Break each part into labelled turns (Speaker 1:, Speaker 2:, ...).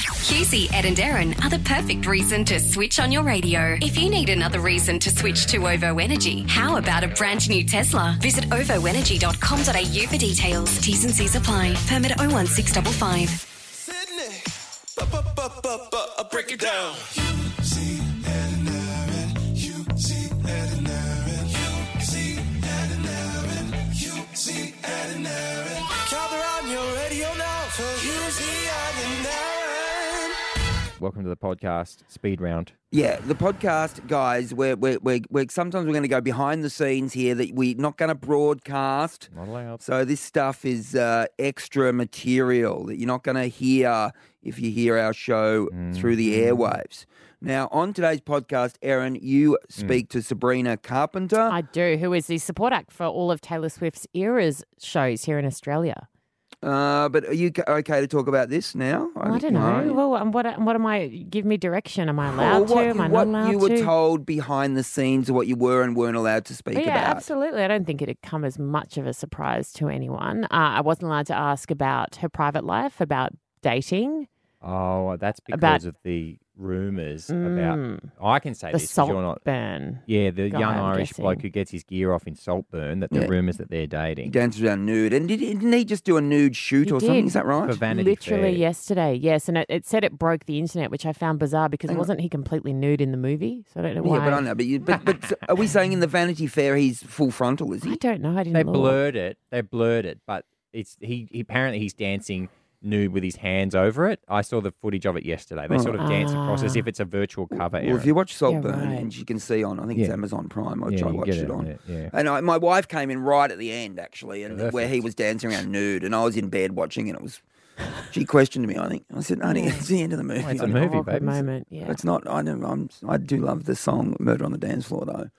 Speaker 1: Husey, Ed, and Erin are the perfect reason to switch on your radio. If you need another reason to switch to OVO Energy, how about a brand new Tesla? Visit ovoenergy.com.au for details. T's and C's apply. Permit 01655.
Speaker 2: Sydney, bu- bu- bu- bu- bu- uh, break it down. You see Ed and Erin, you see Ed and Erin, you see Ed and Erin, you see Ed and Erin. Gather on your radio now for you see Ed and Erin.
Speaker 3: Welcome to the podcast, Speed Round.
Speaker 4: Yeah, the podcast, guys. We're we're we're, we're sometimes we're going to go behind the scenes here that we're not going to broadcast.
Speaker 3: Not allowed.
Speaker 4: So this stuff is uh, extra material that you're not going to hear if you hear our show through the
Speaker 3: Mm-hmm.
Speaker 4: airwaves. Now, on today's podcast, Erin, you
Speaker 3: Mm.
Speaker 4: speak to Sabrina Carpenter.
Speaker 5: I do, who is the support act for all of Taylor Swift's Eras shows here in Australia.
Speaker 4: Uh, but are you c- okay to talk about this now?
Speaker 5: I don't know. Well, um, what, what am I? Give me direction. Am I
Speaker 4: Or
Speaker 5: allowed
Speaker 4: Oh, what
Speaker 5: to? Am I
Speaker 4: what
Speaker 5: not allowed
Speaker 4: you were
Speaker 5: to?
Speaker 4: told behind the scenes of what you were and weren't allowed to speak
Speaker 5: But yeah,
Speaker 4: about.
Speaker 5: absolutely. I don't think it'd come as much of a surprise to anyone. Uh, I wasn't allowed to ask about her private life, about dating.
Speaker 3: Oh, that's because
Speaker 5: About-
Speaker 3: of the rumours
Speaker 5: Mm.
Speaker 3: about. I can say
Speaker 5: the
Speaker 3: this because you're
Speaker 5: salt
Speaker 3: not.
Speaker 5: burn.
Speaker 3: Yeah, the
Speaker 5: guy,
Speaker 3: young
Speaker 5: I'm
Speaker 3: Irish bloke
Speaker 5: guessing.
Speaker 3: who gets his gear off in Saltburn. That the
Speaker 4: Yeah.
Speaker 3: rumours that they're dating.
Speaker 4: He dances around nude. And did, didn't he just do a nude shoot
Speaker 5: He
Speaker 4: or something?
Speaker 5: did.
Speaker 4: Is that
Speaker 3: For
Speaker 4: right?
Speaker 3: Vanity
Speaker 5: Literally
Speaker 3: Fair.
Speaker 5: yesterday, yes, and it, it said it broke the internet, which I found bizarre because wasn't he completely nude in the movie? So I don't know why.
Speaker 4: Yeah, but I know. But, you, but, but so are we saying in the Vanity Fair he's full frontal, is
Speaker 5: I
Speaker 4: he?
Speaker 5: don't know. I didn't.
Speaker 3: They
Speaker 5: look.
Speaker 3: blurred it. They blurred it, but it's he, he. Apparently, he's dancing nude with his hands over it. I saw the footage of it yesterday. They sort of dance across as
Speaker 5: Oh. Ah.
Speaker 3: if it's a virtual cover.
Speaker 4: Well, if you watch Saltburn,
Speaker 5: right.
Speaker 4: and you can see on, I think it's
Speaker 3: Yeah.
Speaker 4: Amazon Prime,
Speaker 3: Yeah,
Speaker 4: which I
Speaker 3: you
Speaker 4: watched
Speaker 3: get
Speaker 4: it,
Speaker 3: it on
Speaker 4: on.
Speaker 3: it, yeah. Oh,
Speaker 4: And I, my wife came in right at the end, actually, and where he
Speaker 3: Perfect.
Speaker 4: was dancing around nude, and I was in bed watching, and it was. She questioned me. I think I said, "Honey, it's the end of the movie."
Speaker 3: it's a
Speaker 4: I know.
Speaker 3: movie.
Speaker 5: Awkward
Speaker 3: babe.
Speaker 5: "Oh, moment. Yeah.
Speaker 4: It's not. I don't. I'm. I do love the song "Murder on the Dance Floor," though.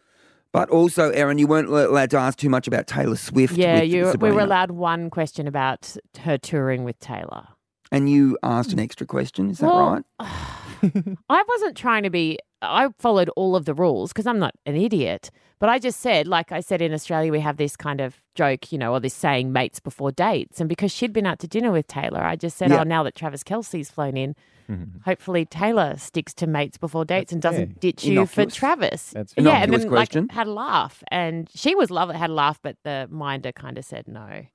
Speaker 4: But also, Erin, you weren't l- allowed to ask too much about Taylor Swift.
Speaker 5: Yeah,
Speaker 4: with
Speaker 5: you, we were
Speaker 4: Sabrina.
Speaker 5: allowed one question about her touring with Taylor.
Speaker 4: And you asked an extra question. Is that
Speaker 5: Well,
Speaker 4: right?
Speaker 5: I wasn't trying to be. I followed all of the rules because I'm not an idiot. But I just said, like I said in Australia, we have this kind of joke, you know, or this saying, mates before dates. And because she'd been out to dinner with Taylor, I just said,
Speaker 4: Yeah.
Speaker 5: oh, now that Travis Kelsey's flown in, Mm-hmm. hopefully Taylor sticks to mates before dates and doesn't
Speaker 3: Mm-hmm. yeah.
Speaker 5: ditch you for
Speaker 4: Innocuous.
Speaker 5: Travis.
Speaker 3: That's
Speaker 5: yeah, and
Speaker 4: Innocuous
Speaker 5: then
Speaker 4: question.
Speaker 5: like had a laugh, and she was lovely, had a laugh, but the minder kind of said no,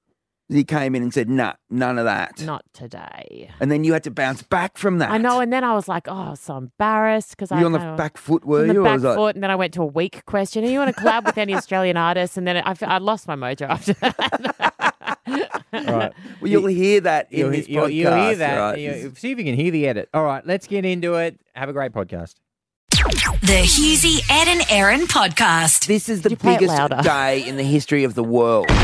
Speaker 4: He came in and said, "Nah, none of that."
Speaker 5: not today.
Speaker 4: And then you had to bounce back from that.
Speaker 5: I know, and then I was like, oh, I was so embarrassed because
Speaker 4: Were
Speaker 5: I
Speaker 4: you on the
Speaker 5: kind of-
Speaker 4: back foot, were
Speaker 5: on the
Speaker 4: you? I
Speaker 5: back
Speaker 4: was like,
Speaker 5: foot, and then I went to a weak question. Are you want to collab with any Australian artists? And then I, fe- I lost my mojo after that.
Speaker 3: All right.
Speaker 4: well, you'll hear that in
Speaker 3: You'll,
Speaker 4: this
Speaker 3: you'll-
Speaker 4: podcast.
Speaker 3: you'll hear that.
Speaker 4: right?
Speaker 3: You'll- see if you can hear the edit. All right, let's get into it. Have a great podcast.
Speaker 1: The Husey, Ed, and Erin podcast.
Speaker 4: This is the
Speaker 5: you play it
Speaker 4: biggest
Speaker 5: louder?
Speaker 4: day in the history of the world.
Speaker 5: okay,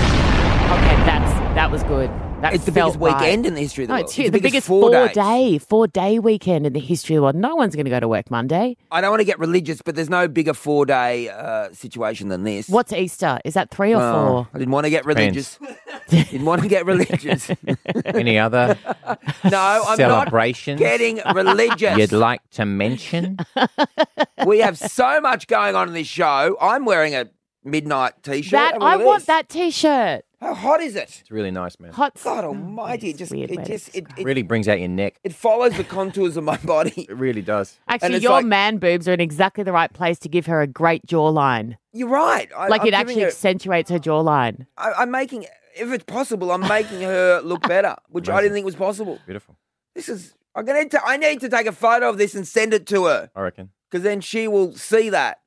Speaker 5: that's that was good. That
Speaker 4: It's the
Speaker 5: felt
Speaker 4: biggest
Speaker 5: right.
Speaker 4: weekend in the history of the
Speaker 5: No,
Speaker 4: world.
Speaker 5: it's, hu- Oh, the, biggest, four,
Speaker 4: days.
Speaker 5: day, four day weekend in the history of the world. No one's going to go to work Monday.
Speaker 4: I don't want to get religious, but there's no bigger four day uh, situation than this.
Speaker 5: What's Easter? Is that three or
Speaker 4: Oh,
Speaker 5: four?
Speaker 4: I didn't want to get religious. didn't want to get religious. No,
Speaker 3: Any other
Speaker 4: I'm not
Speaker 3: celebrations
Speaker 4: getting religious.
Speaker 3: you'd like to mention?
Speaker 4: we have so much going on in this show. I'm wearing a midnight t-shirt.
Speaker 5: That
Speaker 4: Have a
Speaker 5: I
Speaker 4: look at
Speaker 5: want
Speaker 4: this.
Speaker 5: that T-shirt.
Speaker 4: How hot is it?
Speaker 3: It's really nice, man.
Speaker 5: Hot. oh,
Speaker 4: God Almighty! It
Speaker 5: It's
Speaker 4: just,
Speaker 5: weird
Speaker 4: it
Speaker 5: way to
Speaker 4: just, it, it,
Speaker 3: really brings out your neck.
Speaker 4: it follows the contours of my body.
Speaker 3: It really does.
Speaker 5: Actually,
Speaker 4: it's
Speaker 5: your
Speaker 4: like-
Speaker 5: man boobs are in exactly the right place to give her a great jawline.
Speaker 4: You're right. I,
Speaker 5: Like
Speaker 4: I'm
Speaker 5: it
Speaker 4: giving
Speaker 5: actually
Speaker 4: Her,
Speaker 5: accentuates her jawline.
Speaker 4: I, I'm making, if it's possible, I'm making her look better, which I didn't think was possible.
Speaker 3: Beautiful.
Speaker 4: This is. I'm gonna. ta- I need to take a photo of this and send it to her.
Speaker 3: I reckon.
Speaker 4: because then she will see that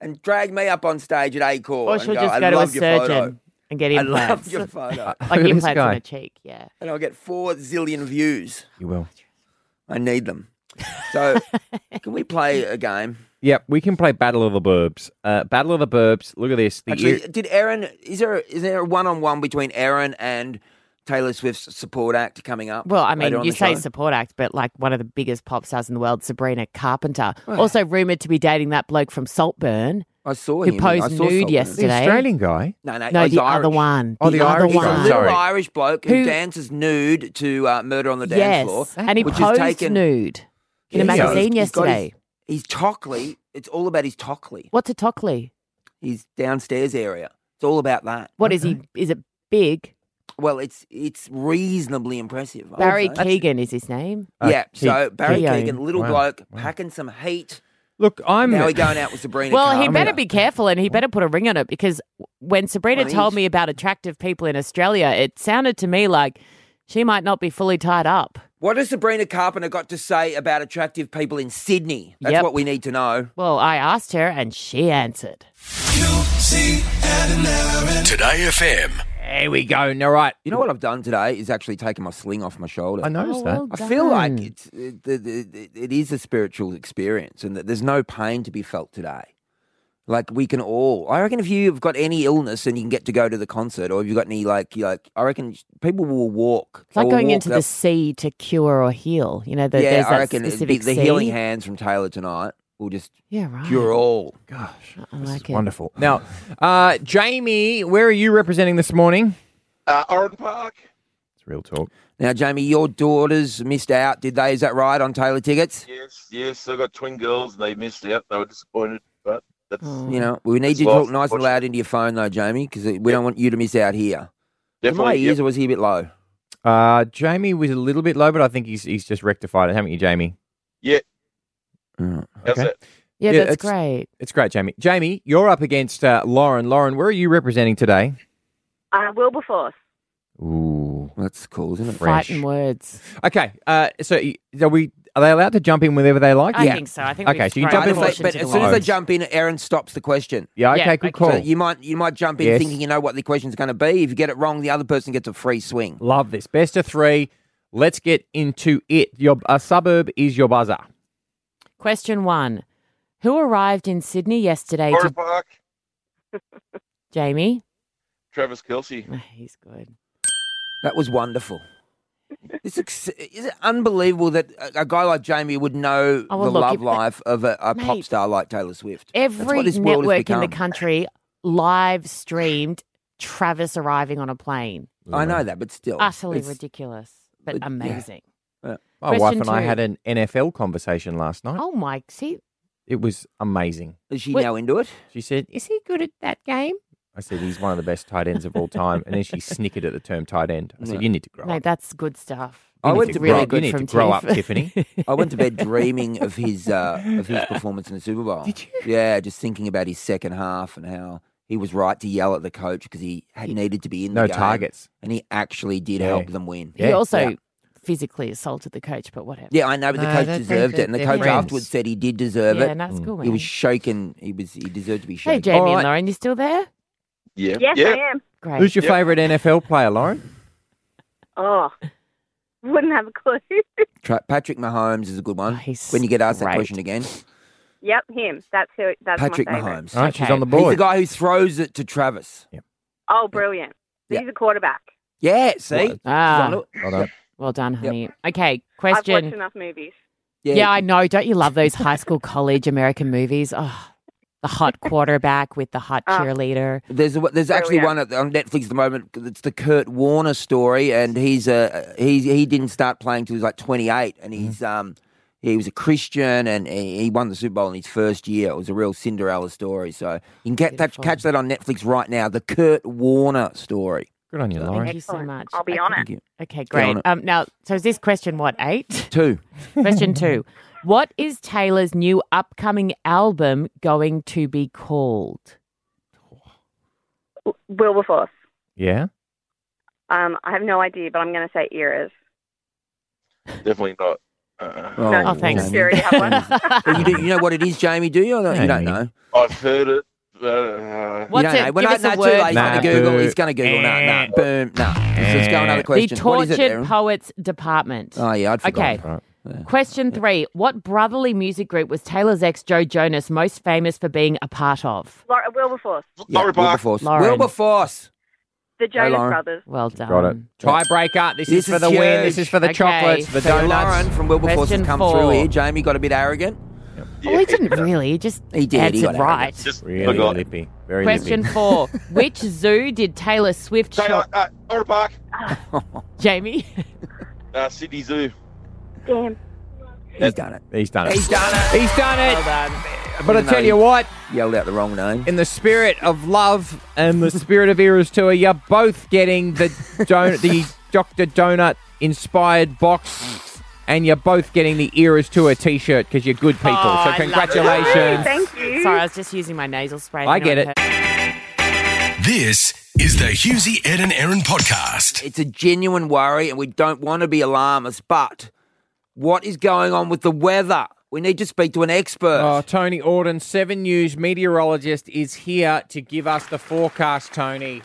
Speaker 4: and drag me up on stage at A Court
Speaker 5: Or
Speaker 4: and
Speaker 5: she'll
Speaker 4: go,
Speaker 5: just
Speaker 4: I
Speaker 5: go to a
Speaker 4: love your photo.
Speaker 5: surgeon and get
Speaker 4: I love
Speaker 5: implants.
Speaker 4: your photo.
Speaker 5: Like
Speaker 3: Look at this
Speaker 5: implants on
Speaker 3: guy.
Speaker 5: a cheek, yeah.
Speaker 4: and I'll get four zillion views.
Speaker 3: You will.
Speaker 4: I need them. So, can we play a game?
Speaker 3: Yep, we can play Battle of the Burbs. Uh, Battle of the Burbs. Look at this. The
Speaker 4: Actually,
Speaker 3: ear-
Speaker 4: did Aaron, is there, is there a one on one between Aaron and Taylor Swift's support act coming up?
Speaker 5: Well, I
Speaker 4: later
Speaker 5: mean,
Speaker 4: on
Speaker 5: you
Speaker 4: the
Speaker 5: say
Speaker 4: show?
Speaker 5: support act, but like one of the biggest pop stars in the world, Sabrina Carpenter, also rumored to be dating that bloke from Saltburn.
Speaker 4: I saw
Speaker 5: who
Speaker 4: him. I
Speaker 5: posed
Speaker 4: saw
Speaker 5: nude
Speaker 4: something.
Speaker 3: the
Speaker 5: yesterday.
Speaker 3: Australian guy.
Speaker 4: No, no,
Speaker 5: No,
Speaker 4: he's
Speaker 5: the
Speaker 4: Irish.
Speaker 5: other one.
Speaker 3: Oh, the
Speaker 5: other
Speaker 3: Irish
Speaker 4: He's a
Speaker 3: guy.
Speaker 5: one.
Speaker 4: little
Speaker 3: Sorry.
Speaker 4: Irish bloke who,
Speaker 5: Who-
Speaker 4: dances nude to uh, Murder on the Dance
Speaker 5: yes,
Speaker 4: Floor.
Speaker 5: and he
Speaker 4: which is
Speaker 5: posed
Speaker 4: taken-
Speaker 5: nude in
Speaker 4: Yeah,
Speaker 5: a
Speaker 4: he's got-
Speaker 5: magazine
Speaker 4: he's got his-
Speaker 5: yesterday.
Speaker 4: He's Tockley. It's all about his Tockley.
Speaker 5: What's a tockley?
Speaker 4: His downstairs area. It's all about that.
Speaker 5: What is he? Is it big?
Speaker 4: well, it's it's reasonably impressive. I would
Speaker 5: Barry
Speaker 4: say.
Speaker 5: Keegan is his name.
Speaker 3: Uh,
Speaker 4: Oh, yeah,
Speaker 3: Ke-
Speaker 4: so Barry
Speaker 5: Keoghan.
Speaker 4: Keegan, little
Speaker 3: Wow.
Speaker 4: bloke, packing some heat.
Speaker 3: Look, I'm.
Speaker 4: Now we're going out with Sabrina.
Speaker 5: Well, he
Speaker 4: Carpenter.
Speaker 5: better be careful and he better put a ring on it because when Sabrina
Speaker 4: Well,
Speaker 5: told
Speaker 4: he's-
Speaker 5: me about attractive people in Australia, it sounded to me like she might not be fully tied up.
Speaker 4: What has Sabrina Carpenter got to say about attractive people in Sydney? That's
Speaker 5: Yep.
Speaker 4: what we need to know.
Speaker 5: Well, I asked her and she answered.
Speaker 6: Today FM.
Speaker 3: There we go. All right.
Speaker 4: You know what I've done today is actually taken my sling off my shoulder.
Speaker 3: I noticed
Speaker 5: Oh,
Speaker 3: that.
Speaker 5: well
Speaker 4: I feel like
Speaker 5: done.
Speaker 4: it's it, the- the- it, it is a spiritual experience, and that there's no pain to be felt today. Like we can all, I reckon, if you've got any illness and you can get to go to the concert, or if you've got any like, you like, I reckon people will walk.
Speaker 5: It's like
Speaker 4: They will
Speaker 5: going
Speaker 4: walk
Speaker 5: into
Speaker 4: that-
Speaker 5: the sea to cure or heal. You know, the,
Speaker 4: Oh, yeah,
Speaker 5: there's that
Speaker 4: I reckon it'd be
Speaker 5: specific
Speaker 4: the
Speaker 5: sea.
Speaker 4: healing hands from Taylor tonight will just
Speaker 5: Yeah, right.
Speaker 4: cure all.
Speaker 3: Gosh,
Speaker 5: I
Speaker 3: this
Speaker 5: like
Speaker 3: is
Speaker 5: it.
Speaker 3: wonderful. Now, uh, Jamie, where are you representing this morning?
Speaker 7: Uh, Oran Park.
Speaker 3: It's real talk.
Speaker 4: Now, Jamie, your daughters missed out, did they? Is that right on Taylor tickets?
Speaker 7: Yes, yes. I got twin girls and they missed out. They were disappointed, but that's
Speaker 5: Oh.
Speaker 4: You know, we need you to
Speaker 7: Well,
Speaker 4: talk nice and
Speaker 7: unfortunately-
Speaker 4: loud into your phone though, Jamie, because we don't want you to miss out here. Is it my
Speaker 7: definitely.
Speaker 4: ears,
Speaker 7: yep.
Speaker 4: or was he a bit low?
Speaker 3: Uh, Jamie was a little bit low, but I think he's he's just rectified it, haven't you, Jamie? Uh,
Speaker 4: Mm.
Speaker 7: How's
Speaker 3: Okay.
Speaker 7: that?
Speaker 5: Yeah,
Speaker 3: Yeah,
Speaker 5: that's
Speaker 3: it's-
Speaker 5: great.
Speaker 3: It's great, Jamie. Jamie, you're up against uh, Lauren. Lauren, where are you representing today?
Speaker 8: Uh, Wilberforce.
Speaker 3: Ooh.
Speaker 4: Well, that's cool, isn't it?
Speaker 3: Fresh.
Speaker 5: Fighting words.
Speaker 3: Okay. Uh, so y- are we? Are they allowed to jump in whenever they like?
Speaker 5: I
Speaker 4: Yeah.
Speaker 5: think so. I think
Speaker 3: Okay,
Speaker 5: we've
Speaker 3: so you
Speaker 5: thrown
Speaker 3: jump in
Speaker 5: the
Speaker 3: for-
Speaker 5: caution
Speaker 4: but
Speaker 5: to
Speaker 4: as
Speaker 5: the
Speaker 4: soon as
Speaker 5: wind.
Speaker 4: they
Speaker 3: lines.
Speaker 4: jump in, Aaron stops the question.
Speaker 3: Yeah. Okay.
Speaker 5: Yeah,
Speaker 3: good
Speaker 5: okay.
Speaker 3: call.
Speaker 4: So you might you might jump in
Speaker 3: Yes.
Speaker 4: thinking you know what the question's going to be. If you get it wrong, the other person gets a free swing.
Speaker 3: Love this. Best of three. Let's get into it. Your a suburb is your buzzer.
Speaker 5: Question one Who arrived in Sydney yesterday
Speaker 7: Oran
Speaker 5: to
Speaker 7: Park.
Speaker 5: Jamie?
Speaker 7: Travis Kelsey.
Speaker 5: He's good.
Speaker 4: That was wonderful. It's ex- is it unbelievable that a, a guy like Jamie would know
Speaker 5: Oh, well,
Speaker 4: the
Speaker 5: look,
Speaker 4: love
Speaker 5: if-
Speaker 4: life of a, a pop
Speaker 5: Mate.
Speaker 4: star like Taylor Swift? That's what
Speaker 5: Every
Speaker 4: this world has
Speaker 5: network in the
Speaker 4: become.
Speaker 5: country live streamed Travis arriving on a plane.
Speaker 4: I know that, but still,
Speaker 5: Utterly
Speaker 4: it's-
Speaker 5: ridiculous, but
Speaker 4: it- yeah.
Speaker 5: amazing.
Speaker 3: My wife
Speaker 5: Question
Speaker 3: and I
Speaker 5: two.
Speaker 3: had an NFL conversation last night.
Speaker 5: Oh, my. See,
Speaker 3: It was amazing.
Speaker 4: Is she
Speaker 5: Wait.
Speaker 4: now into it?
Speaker 3: She said, "Is he good at that game?" I said, "He's one of the best tight ends of all time." And then she snickered at the term tight end. I said,
Speaker 4: No.
Speaker 3: "You need to grow
Speaker 5: no,
Speaker 3: up.
Speaker 5: that's good stuff.
Speaker 4: I
Speaker 3: You need
Speaker 4: went
Speaker 3: to
Speaker 4: to
Speaker 3: grow
Speaker 4: really
Speaker 3: up. You
Speaker 5: good
Speaker 3: need
Speaker 5: from
Speaker 3: to grow up,
Speaker 5: Tiff.
Speaker 3: Tiffany."
Speaker 4: I went to bed dreaming of his uh, of his performance in the Super Bowl. Did you? Yeah, just thinking about his second half and how he was right to yell at the coach because he had needed to be in the
Speaker 3: No
Speaker 4: game,
Speaker 3: targets.
Speaker 4: and he actually did
Speaker 3: Yeah.
Speaker 4: help them win.
Speaker 5: He
Speaker 3: Yeah.
Speaker 5: also
Speaker 4: Yeah.
Speaker 5: physically assaulted the coach, but whatever.
Speaker 4: Yeah, I know, but the
Speaker 3: No, I
Speaker 4: coach
Speaker 3: don't think
Speaker 4: deserved
Speaker 3: that
Speaker 4: it, and the
Speaker 3: they're Mm.
Speaker 4: coach
Speaker 5: friends.
Speaker 4: afterwards said he did deserve
Speaker 5: Yeah,
Speaker 4: it.
Speaker 5: no, it's cool, man.
Speaker 4: He was shaken. He was he deserved to be
Speaker 5: hey,
Speaker 4: shaken.
Speaker 5: Jamie
Speaker 3: All right.
Speaker 5: and Lauren, you still there?
Speaker 7: Yeah.
Speaker 8: Yes,
Speaker 7: yeah.
Speaker 8: I am.
Speaker 5: Great.
Speaker 3: Who's your
Speaker 7: Yep.
Speaker 3: favourite NFL player, Lauren?
Speaker 8: Oh, wouldn't have a clue.
Speaker 4: Tra- Patrick Mahomes is a good one.
Speaker 5: Oh, he's
Speaker 4: when you get asked that
Speaker 5: great.
Speaker 4: question again,
Speaker 8: yep, him. That's who. That's
Speaker 4: Patrick
Speaker 8: my favorite.
Speaker 4: Mahomes.
Speaker 3: All right, she's
Speaker 5: Okay.
Speaker 3: on the
Speaker 4: He's the
Speaker 3: board.
Speaker 4: guy who throws it to Travis.
Speaker 8: Oh, brilliant.
Speaker 4: Yeah.
Speaker 8: He's a quarterback.
Speaker 4: Yeah, see, She's on
Speaker 5: ah,
Speaker 4: it.
Speaker 3: Hold on.
Speaker 5: well done, honey. Okay, question.
Speaker 8: I've watched enough movies.
Speaker 4: yeah,
Speaker 5: Yeah, I know. Don't you love those high school, college American movies? Oh, the hot quarterback with the hot
Speaker 8: Oh.
Speaker 5: cheerleader.
Speaker 4: There's a, there's actually
Speaker 8: Brilliant.
Speaker 4: one at, on Netflix at the moment. It's the Kurt Warner story, and he's a he he didn't start playing till he was like 28, and
Speaker 3: Mm-hmm.
Speaker 4: he's um he was a Christian, and he, he won the Super Bowl in his first year. It was a real Cinderella story. So you can catch that,
Speaker 5: Beautiful.
Speaker 4: catch that on Netflix right now. The Kurt Warner story.
Speaker 3: Good on you,
Speaker 5: Thank
Speaker 3: Lauren.
Speaker 5: you so
Speaker 8: Excellent.
Speaker 5: much.
Speaker 8: I'll be
Speaker 5: okay.
Speaker 8: on it.
Speaker 4: Thank you.
Speaker 5: Okay,
Speaker 4: Get on
Speaker 5: great.
Speaker 4: it.
Speaker 5: Um, now, so is this question what eight?
Speaker 4: Two.
Speaker 5: question two: What is Taylor's new upcoming album going to be called?
Speaker 8: W- Wilberforce.
Speaker 3: Yeah.
Speaker 8: Um, I have no idea, but I'm going to say eras.
Speaker 7: Definitely not. Uh,
Speaker 8: No,
Speaker 5: Oh, thanks.
Speaker 8: Do you already have one?
Speaker 4: Well, you, do, you know what it is, Jamie? Do you? Or not? You don't
Speaker 3: Jamie.
Speaker 4: know.
Speaker 7: I've heard it. but, Uh,
Speaker 5: What's
Speaker 4: you don't
Speaker 5: it?
Speaker 4: know. Well,
Speaker 5: Give
Speaker 4: no,
Speaker 5: us a
Speaker 4: no, too
Speaker 5: word.
Speaker 4: late. He's
Speaker 3: Nah,
Speaker 4: going to Google.
Speaker 3: boo. Eh.
Speaker 4: He's going to Google. No, no, boom, no. Let's, let's go another
Speaker 5: the
Speaker 4: question. what is it,
Speaker 5: Tortured
Speaker 4: Aaron?
Speaker 5: Poets Department.
Speaker 4: Oh yeah, I'd forgotten.
Speaker 5: Okay. Question three: What brotherly music group was Taylor's ex Joe Jonas most famous for being a part of?
Speaker 8: Laura, Wilberforce.
Speaker 4: Yeah,
Speaker 7: Oran Park.
Speaker 4: Wilberforce.
Speaker 5: Lauren.
Speaker 4: Wilberforce.
Speaker 8: The Jonas
Speaker 4: Lauren.
Speaker 8: Brothers.
Speaker 5: Well done.
Speaker 3: Got it. Tiebreaker. This,
Speaker 4: This
Speaker 3: is for
Speaker 4: is
Speaker 3: the win. This
Speaker 4: huge.
Speaker 3: is for the
Speaker 5: Okay.
Speaker 3: chocolates, the
Speaker 4: So
Speaker 3: donuts.
Speaker 4: Lauren from Wilberforce has
Speaker 5: Question
Speaker 4: come through
Speaker 5: four.
Speaker 4: here. Jamie got a bit arrogant.
Speaker 7: Yeah.
Speaker 5: Oh, he didn't really. He just
Speaker 4: He did, he
Speaker 5: answered
Speaker 4: got out of it.
Speaker 5: right.
Speaker 7: Just
Speaker 3: Really
Speaker 7: forgot.
Speaker 3: lippy. Very
Speaker 5: Question
Speaker 3: lippy.
Speaker 5: four: Which zoo did Taylor Swift
Speaker 7: Say, uh,
Speaker 5: shop?
Speaker 7: uh, Oran Park.
Speaker 5: Jamie,
Speaker 7: Uh, Sydney Zoo.
Speaker 8: Damn.
Speaker 4: He's done it.
Speaker 3: He's done it.
Speaker 4: He's done it.
Speaker 3: He's done it. But I
Speaker 4: Even though
Speaker 3: tell you what,
Speaker 4: yelled out the wrong name.
Speaker 3: in the spirit of love and the spirit of Eras Tour, you're both getting the donut, the Dr. Donut inspired box, and you're both getting the Eras Tour t shirt because you're good people.
Speaker 5: Oh, I
Speaker 3: so,
Speaker 5: love it.
Speaker 3: congratulations.
Speaker 8: Thank you.
Speaker 5: Sorry, I was just using my nasal spray.
Speaker 3: I get it.
Speaker 6: This is the Husey, Ed and Aaron podcast.
Speaker 4: It's a genuine worry, and we don't want to be alarmists. But what is going on with the weather? We need to speak to an expert.
Speaker 3: Oh, Tony Auden, Seven News meteorologist, is here to give us the forecast, Tony.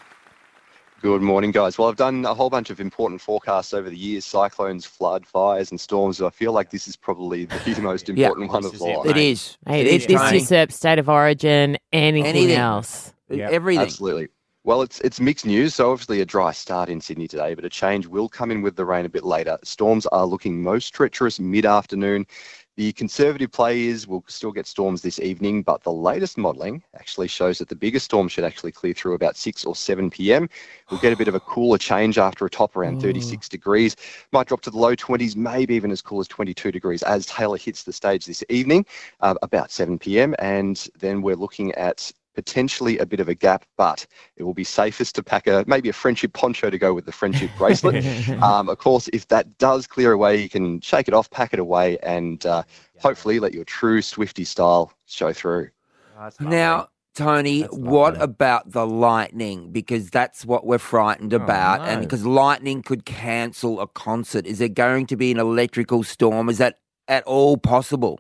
Speaker 9: Good morning, guys. Well, I've done a whole bunch of important forecasts over the years cyclones, flood, fires, and storms. I feel like this is probably the most important one of
Speaker 3: is
Speaker 9: all.
Speaker 4: it is.
Speaker 5: Hey,
Speaker 4: it is. e-,
Speaker 5: this
Speaker 4: Tony.
Speaker 5: usurps state of origin, anything,
Speaker 4: Anything.
Speaker 5: else.
Speaker 3: Yeah,
Speaker 4: Everything.
Speaker 9: Absolutely. Well, it's it's mixed news. So obviously a dry start in Sydney today, but a change will come in with the rain a bit later. Storms are looking most treacherous mid-afternoon. The conservative play is we'll still get storms this evening, but the latest modelling actually shows that the biggest storm should actually clear through about 6 or 7 p.m. We'll get a bit of a cooler change after a top around 36 degrees. Might drop to the low 20s, maybe even as cool as 22 degrees as Taylor hits the stage this evening, uh, about 7 p.m. And then we're looking at potentially a bit of a gap, but it will be safest to pack a maybe a friendship poncho to go with the friendship bracelet. um, of course, if that does clear away, you can shake it off, pack it away, and uh, hopefully let your true Swifty style show through.
Speaker 4: Now, Tony,
Speaker 3: That's
Speaker 4: what
Speaker 3: lovely.
Speaker 4: about the lightning? Because that's what we're frightened
Speaker 3: Oh,
Speaker 4: about. And
Speaker 3: no.
Speaker 4: because lightning could cancel a concert. Is there going to be an electrical storm? Is that at all possible?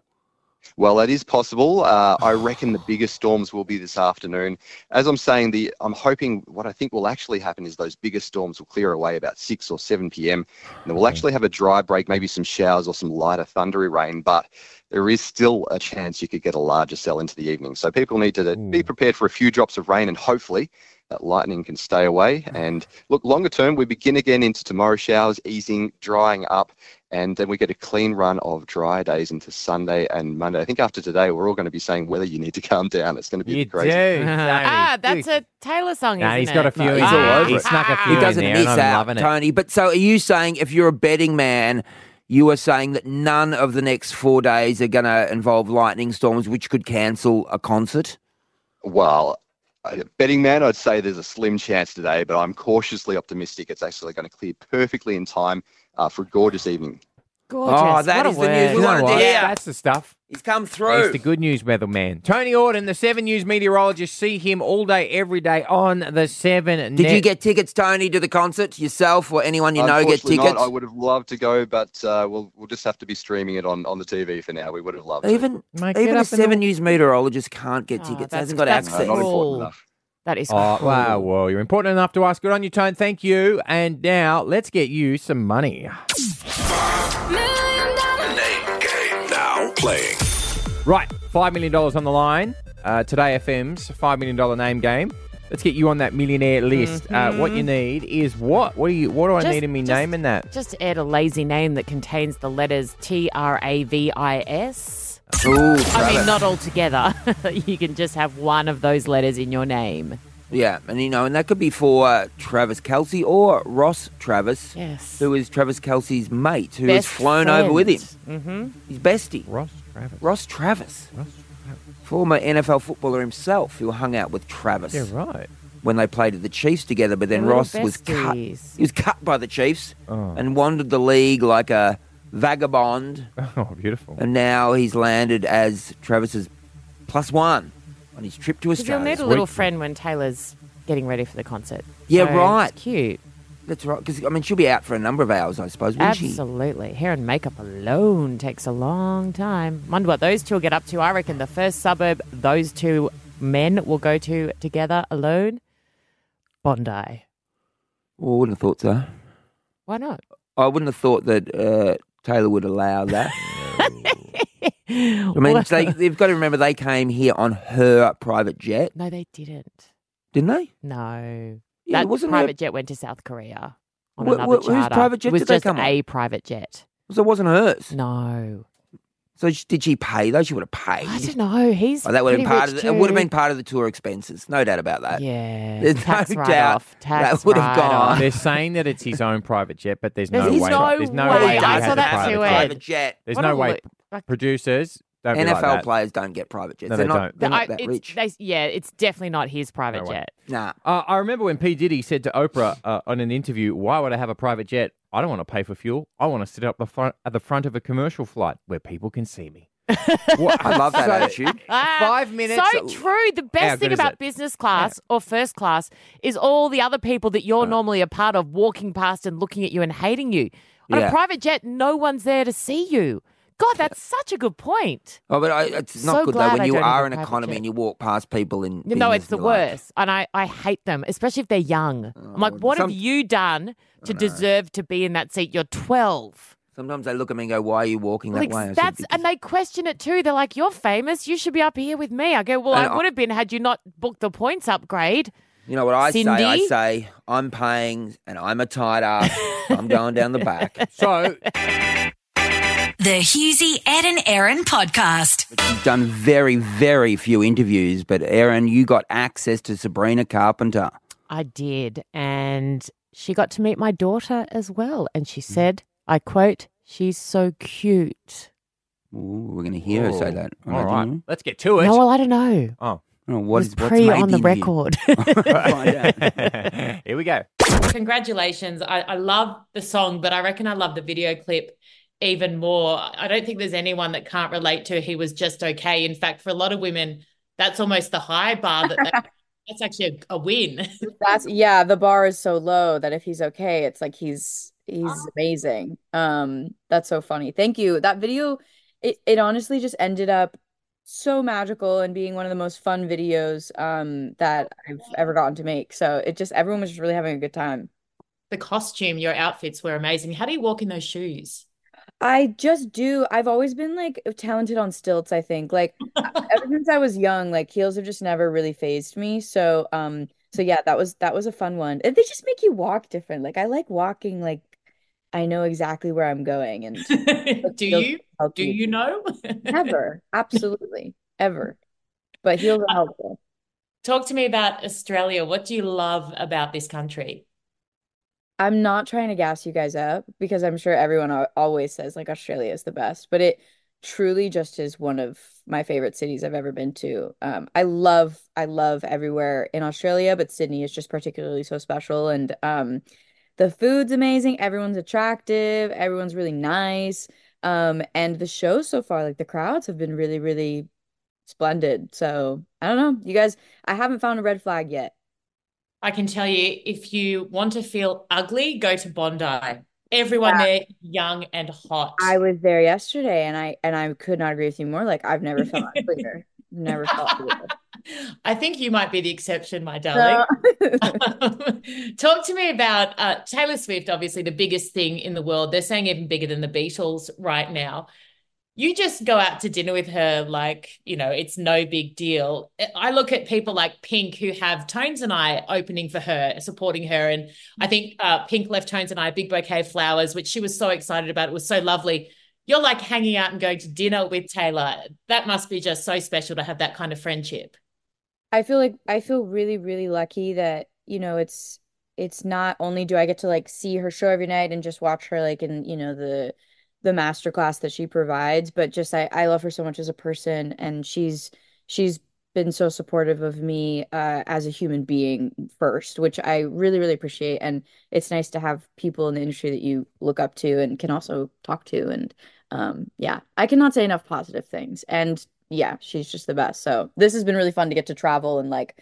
Speaker 9: Well, that is possible. Uh, I reckon the biggest storms will be this afternoon. As I'm saying, the I'm hoping what I think will actually happen is those biggest storms will clear away about six or seven p.m. and then we'll actually have a dry break, maybe some showers or some lighter thundery rain. But there is still a chance you could get a larger cell into the evening. So people need to be prepared for a few drops of rain and hopefully. That lightning can stay away. And look, longer term, we begin again into tomorrow showers, easing, drying up and then we get a clean run of dry days into Sunday and Monday. I think after today, we're all going to be saying whether you need to calm down. It's going to be a
Speaker 3: You
Speaker 9: bit crazy.
Speaker 3: do.
Speaker 5: Ah, that's a Taylor song,
Speaker 3: Nah,
Speaker 5: isn't
Speaker 3: he's got a
Speaker 5: it?
Speaker 3: few. in
Speaker 4: he's all
Speaker 3: there.
Speaker 4: over
Speaker 3: He
Speaker 4: it.
Speaker 3: snuck a few
Speaker 4: He doesn't
Speaker 3: in there,
Speaker 4: miss
Speaker 3: and I'm
Speaker 4: out,
Speaker 3: loving it.
Speaker 4: Tony. But so are you saying if you're a betting man, you are saying that none of the next four days are going to involve lightning storms, which could cancel a concert?
Speaker 9: Well, uh, betting man, I'd say there's a slim chance today, but I'm cautiously optimistic it's actually going to clear perfectly in time uh, for a gorgeous evening.
Speaker 5: Gorgeous.
Speaker 4: Oh, that
Speaker 5: what
Speaker 4: is
Speaker 5: a
Speaker 4: the news
Speaker 5: word.
Speaker 4: we wanted to hear.
Speaker 3: That's the stuff.
Speaker 4: He's come
Speaker 3: It's
Speaker 4: through.
Speaker 3: the good news weatherman. Tony Auden, the Seven News meteorologist. See him all day, every day on the Seven.
Speaker 4: Did you get tickets, Tony, to the concert yourself or anyone you know get
Speaker 9: Unfortunately
Speaker 4: tickets?
Speaker 9: Not. I would have loved to go, but uh, we'll, we'll just have to be streaming it on, on the TV for now. We would have loved
Speaker 4: Even
Speaker 3: Mate, get up
Speaker 4: even a
Speaker 3: and
Speaker 4: seven
Speaker 3: all-
Speaker 4: news meteorologist can't get
Speaker 5: Oh,
Speaker 4: tickets.
Speaker 5: that's-
Speaker 4: hasn't got
Speaker 5: that's
Speaker 9: to.
Speaker 4: access.
Speaker 9: Uh, not
Speaker 5: Cool.
Speaker 9: important enough.
Speaker 5: That is
Speaker 3: Oh,
Speaker 5: cool.
Speaker 3: wow. Well, you're important enough to us. Good on you, Tone. Thank you. And now let's get you some money.
Speaker 6: Name game now playing.
Speaker 3: Right. $5 million on the line. Uh, Today FM's $5 million name game. Let's get you on that millionaire list. Uh, what you need is what? What do you? What do I
Speaker 5: Mm-hmm. Just-
Speaker 3: need in me
Speaker 5: just-
Speaker 3: naming that?
Speaker 5: Just add a lazy name that contains the letters T R A V I S.
Speaker 4: Ooh,
Speaker 5: I
Speaker 4: brother.
Speaker 5: mean, not all together. you can just have one of those letters in your name.
Speaker 4: yeah, and you know, and that could be for uh, Travis Kelsey or Ross Travis,
Speaker 5: Yes.
Speaker 4: who is Travis Kelsey's mate, who has flown over with him, his bestie,
Speaker 3: Mm-hmm. Ross Travis.
Speaker 4: Ross Travis,
Speaker 3: Ross
Speaker 4: former NFL footballer himself, who hung out with Travis
Speaker 3: Yeah, right.
Speaker 4: when they played at the Chiefs together. But then
Speaker 5: They're all
Speaker 4: Ross was cut. He
Speaker 5: besties.
Speaker 4: was cut by the Chiefs
Speaker 3: Oh.
Speaker 4: and wandered the league like a vagabond.
Speaker 3: Oh, beautiful.
Speaker 4: and now he's landed as Travis's plus one on his trip to
Speaker 5: Because you'll
Speaker 4: Australia.
Speaker 5: need a little friend when Taylor's getting ready for the concert.
Speaker 4: Yeah,
Speaker 5: So
Speaker 4: right.
Speaker 5: It's cute.
Speaker 4: That's right, because I mean she'll be out for a number of hours, I suppose, won't she?
Speaker 5: Absolutely. Hair and makeup alone takes a long time. Wonder what those two will get up to. I reckon the first suburb those two men will go to together alone, Bondi.
Speaker 4: Well, I wouldn't have thought so.
Speaker 5: Why not?
Speaker 4: I wouldn't have thought that uh, Taylor would allow that. I mean,
Speaker 5: Well-
Speaker 4: they, they've got to remember they came here on her private jet,
Speaker 5: no, they didn't.
Speaker 4: didn't they?
Speaker 5: No.
Speaker 4: Yeah,
Speaker 5: that
Speaker 4: wasn't
Speaker 5: private
Speaker 4: her,
Speaker 5: jet went to South Korea on
Speaker 4: Wh- wh-
Speaker 5: another
Speaker 4: whose
Speaker 5: charter.
Speaker 4: private jet
Speaker 5: it was
Speaker 4: did they
Speaker 5: just
Speaker 4: come on?
Speaker 5: a private jet.
Speaker 4: so it wasn't hers.
Speaker 5: No.
Speaker 4: So she, did she pay though? She would have paid.
Speaker 5: I don't know. He's
Speaker 4: Oh, that would have been
Speaker 5: pretty
Speaker 4: part of
Speaker 5: rich
Speaker 4: the, it. Would have
Speaker 5: too.
Speaker 4: been part of the tour expenses, no doubt about that.
Speaker 5: Yeah.
Speaker 4: There's
Speaker 5: tax
Speaker 4: no doubt
Speaker 5: write-off,
Speaker 4: that
Speaker 5: tax
Speaker 4: would have gone.
Speaker 5: write-off.
Speaker 3: They're saying that it's his own private jet, but there's,
Speaker 5: There's
Speaker 3: no
Speaker 5: his
Speaker 3: way.
Speaker 5: no
Speaker 3: there's no
Speaker 5: way. I
Speaker 3: way. he
Speaker 5: saw
Speaker 3: has a
Speaker 5: that
Speaker 3: private
Speaker 5: too,
Speaker 3: jet.
Speaker 5: Ed.
Speaker 4: Private jet.
Speaker 3: There's
Speaker 5: What
Speaker 3: no
Speaker 5: a
Speaker 3: way.
Speaker 5: lo- like-
Speaker 3: Producers, Don't be
Speaker 4: NFL
Speaker 3: like that.
Speaker 4: players don't get private jets.
Speaker 3: No,
Speaker 4: they're
Speaker 3: they
Speaker 4: not,
Speaker 3: don't.
Speaker 4: They're
Speaker 5: The- I-
Speaker 4: not that
Speaker 5: it's-
Speaker 4: rich.
Speaker 5: they- yeah, it's definitely not his private
Speaker 3: No way.
Speaker 5: jet.
Speaker 4: Nah.
Speaker 3: Uh, I remember when P. Diddy said to Oprah uh, on an interview, Why would I have a private jet? I don't want to pay for fuel. I want to sit up the front, at the front of a commercial flight where people can see me. What-
Speaker 4: I love that
Speaker 3: So-
Speaker 4: attitude.
Speaker 5: Ah,
Speaker 3: Five minutes-
Speaker 5: So true. The
Speaker 3: How
Speaker 5: best
Speaker 3: good
Speaker 5: thing
Speaker 3: is
Speaker 5: about
Speaker 3: it?
Speaker 5: business class or first class is all the other people that
Speaker 4: Uh.
Speaker 5: you're normally a part of walking past and looking at you and hating you. On
Speaker 4: Yeah.
Speaker 5: a private jet, no one's there to see you. God, that's such a good point.
Speaker 4: Oh, but I, it's
Speaker 5: So
Speaker 4: not good though
Speaker 5: glad
Speaker 4: when
Speaker 5: I
Speaker 4: you
Speaker 5: don't have
Speaker 4: are
Speaker 5: a
Speaker 4: an
Speaker 5: private
Speaker 4: economy
Speaker 5: jet.
Speaker 4: and you walk past people in.
Speaker 5: You know,
Speaker 4: business
Speaker 5: it's the
Speaker 4: and you're like,
Speaker 5: worst. And I, I hate them, especially if they're young. I'm like,
Speaker 4: well,
Speaker 5: what
Speaker 4: some-
Speaker 5: have you done to deserve to be in that seat? You're 12.
Speaker 4: Sometimes they look at me and go, "Why are you walking that
Speaker 5: Like,
Speaker 4: way?" I said,
Speaker 5: that's
Speaker 4: "Because
Speaker 5: and they question it too. They're like, "You're famous. You should be up here with me." I go, "Well,
Speaker 4: And
Speaker 5: I
Speaker 4: I-
Speaker 5: would have been had you not booked the points upgrade."
Speaker 4: You know what I say? I
Speaker 5: Cindy?
Speaker 4: say I'm paying and I'm a tight ass. I'm going down the back.
Speaker 3: So
Speaker 1: The Husey, Ed and Aaron podcast.
Speaker 4: You've done very, very few interviews, but Erin, you got access to Sabrina Carpenter.
Speaker 5: I did, and she got to meet my daughter as well, and she
Speaker 4: Hmm.
Speaker 5: said, "I quote, she's so cute."
Speaker 4: Ooh, we're going to hear her say
Speaker 3: Ooh.
Speaker 4: that.
Speaker 3: All right, let's get to it.
Speaker 5: No, well, I don't know.
Speaker 4: Oh,
Speaker 5: It
Speaker 4: what
Speaker 5: was
Speaker 4: is what's
Speaker 5: pre
Speaker 4: made
Speaker 5: on the
Speaker 4: interview?
Speaker 5: record.
Speaker 4: Find out.
Speaker 3: Here we go.
Speaker 5: Congratulations. I, I love the song, but I reckon I love the video clip even more. I don't think there's anyone that can't relate to he was just okay. In fact, for a lot of women, that's almost the high bar that they, that's actually a, a win.
Speaker 10: That's yeah, the bar is so low that if he's okay, it's like he's he's amazing. Um, that's so funny. Thank you. That video, it it honestly just ended up so magical and being one of the most fun videos um that I've ever gotten to make. So it just everyone was just really having a good time.
Speaker 5: The costume, your outfits were amazing. How do you walk in those shoes?
Speaker 10: I just do. I've always been like talented on stilts, I think. Like e, ever since I was young, like heels have just never really phased me. So um so yeah, that was that was a fun one. And They just make you walk different. Like I like walking like I know exactly where I'm going and
Speaker 5: do
Speaker 10: heels
Speaker 5: you?
Speaker 10: help
Speaker 5: Do you know?
Speaker 10: Ever. Absolutely. Ever. But heels
Speaker 5: Uh,
Speaker 10: are helpful.
Speaker 5: Talk to me about Australia. What do you love about this country?
Speaker 10: I'm not trying to gas you guys up because I'm sure everyone al- always says like Australia is the best, but it truly just is one of my favorite cities I've ever been to. Um, I love I love everywhere in Australia, but Sydney is just particularly so special and um the food's amazing, everyone's attractive, everyone's really nice. Um, and the shows so far, like the crowds have been really, really splendid. So I don't know, you guys, I haven't found a red flag yet.
Speaker 5: I can tell you, if you want to feel ugly, go to Bondi. Everyone there, young and hot.
Speaker 10: I was there yesterday and I and I could not agree with you more. Like I've never felt uglier. Never felt uglier.
Speaker 5: I think you might be the exception, my darling.
Speaker 10: So-
Speaker 5: Talk to me about uh, Taylor Swift, obviously the biggest thing in the world. They're saying even bigger than the Beatles right now. You just go out to dinner with her like, you know, it's no big deal. I look at people like Pink who have Tones and I opening for her, supporting her. And I think uh, Pink left Tones and I a big bouquet of flowers, which she was so excited about. It was so lovely. You're like hanging out and going to dinner with Taylor. That must be just so special to have that kind of friendship.
Speaker 10: I feel like I feel really, really lucky that, you know, it's it's not only do I get to like see her show every night and just watch her like in, you know, the the masterclass that she provides, but just I I love her so much as a person and she's she's been so supportive of me uh as a human being first, which I really, really appreciate. And it's nice to have people in the industry that you look up to and can also talk to and um yeah, I cannot say enough positive things. And yeah, she's just the best. So this has been really fun to get to travel and like,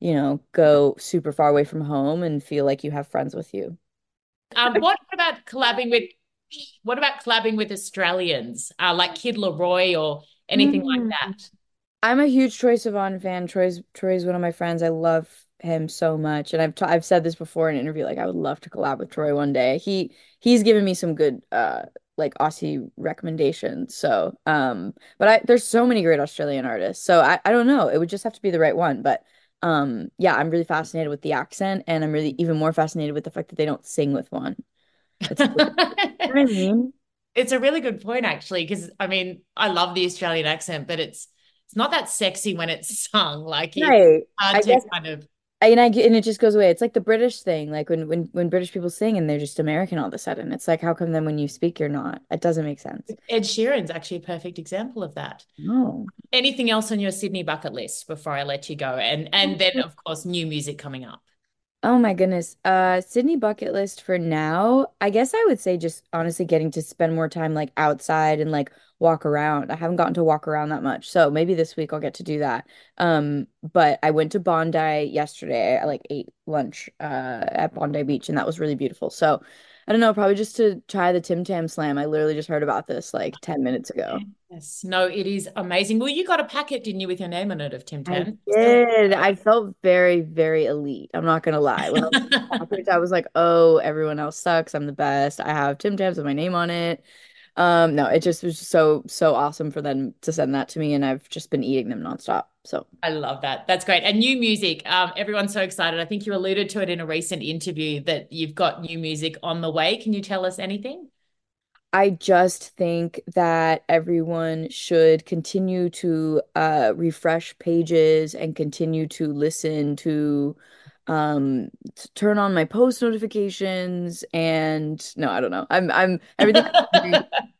Speaker 10: you know, go super far away from home and feel like you have friends with you.
Speaker 5: Um, what about collabing with what about collabing with Australians, uh, like Kid Leroy or anything like
Speaker 10: Mm.
Speaker 5: that?
Speaker 10: I'm a huge Troye Sivan fan. Troy's Troy's one of my friends. I love him so much, and I've t I've said this before in an interview. Like I would love to collab with Troy one day. He he's given me some good uh like Aussie recommendations. So um, but I there's so many great Australian artists. So I I don't know. It would just have to be the right one. But um, yeah, I'm really fascinated with the accent, and I'm really even more fascinated with the fact that they don't sing with one. It's, you know what I mean?
Speaker 5: It's a really good point, actually, because I mean, I love the Australian accent, but it's it's not that sexy when it's sung. Like it's
Speaker 10: Right.
Speaker 5: hard
Speaker 10: I
Speaker 5: to
Speaker 10: guess-
Speaker 5: kind of
Speaker 10: and I get- and it just goes away. It's like the British thing, like when when when British people sing and they're just American all of a sudden. It's like how come then when you speak you're not? It doesn't make sense.
Speaker 11: Ed Sheeran's actually a perfect example of that.
Speaker 10: No.
Speaker 11: Anything else on your Sydney bucket list before I let you go? And and then of course new music coming up.
Speaker 10: Oh my goodness. Uh, Sydney bucket list for now. I guess I would say just honestly getting to spend more time like outside and like walk around. I haven't gotten to walk around that much. So maybe this week I'll get to do that. Um, but I went to Bondi yesterday. I like ate lunch uh at Bondi Beach and that was really beautiful. So I don't know, probably just to try the Tim Tam Slam. I literally just heard about this like 10 minutes ago.
Speaker 11: Yes. No, it is amazing. Well, you got a packet, didn't you, with your name on it of Tim
Speaker 10: I
Speaker 11: Tam?
Speaker 10: did. I felt very, very elite. I'm not gonna lie. When I was afterwards, I was like, "Oh, everyone else sucks. I'm the best. I have Tim Tams with my name on it." Um, no, it just was so, so awesome for them to send that to me, and I've just been eating them nonstop. So
Speaker 11: I love that. That's great. And new music. Um, everyone's so excited. I think you alluded to it in a recent interview that you've got new music on the way. Can you tell us anything?
Speaker 10: I just think that everyone should continue to uh, refresh pages and continue to listen to um to turn on my post notifications and no I don't know I'm I'm everything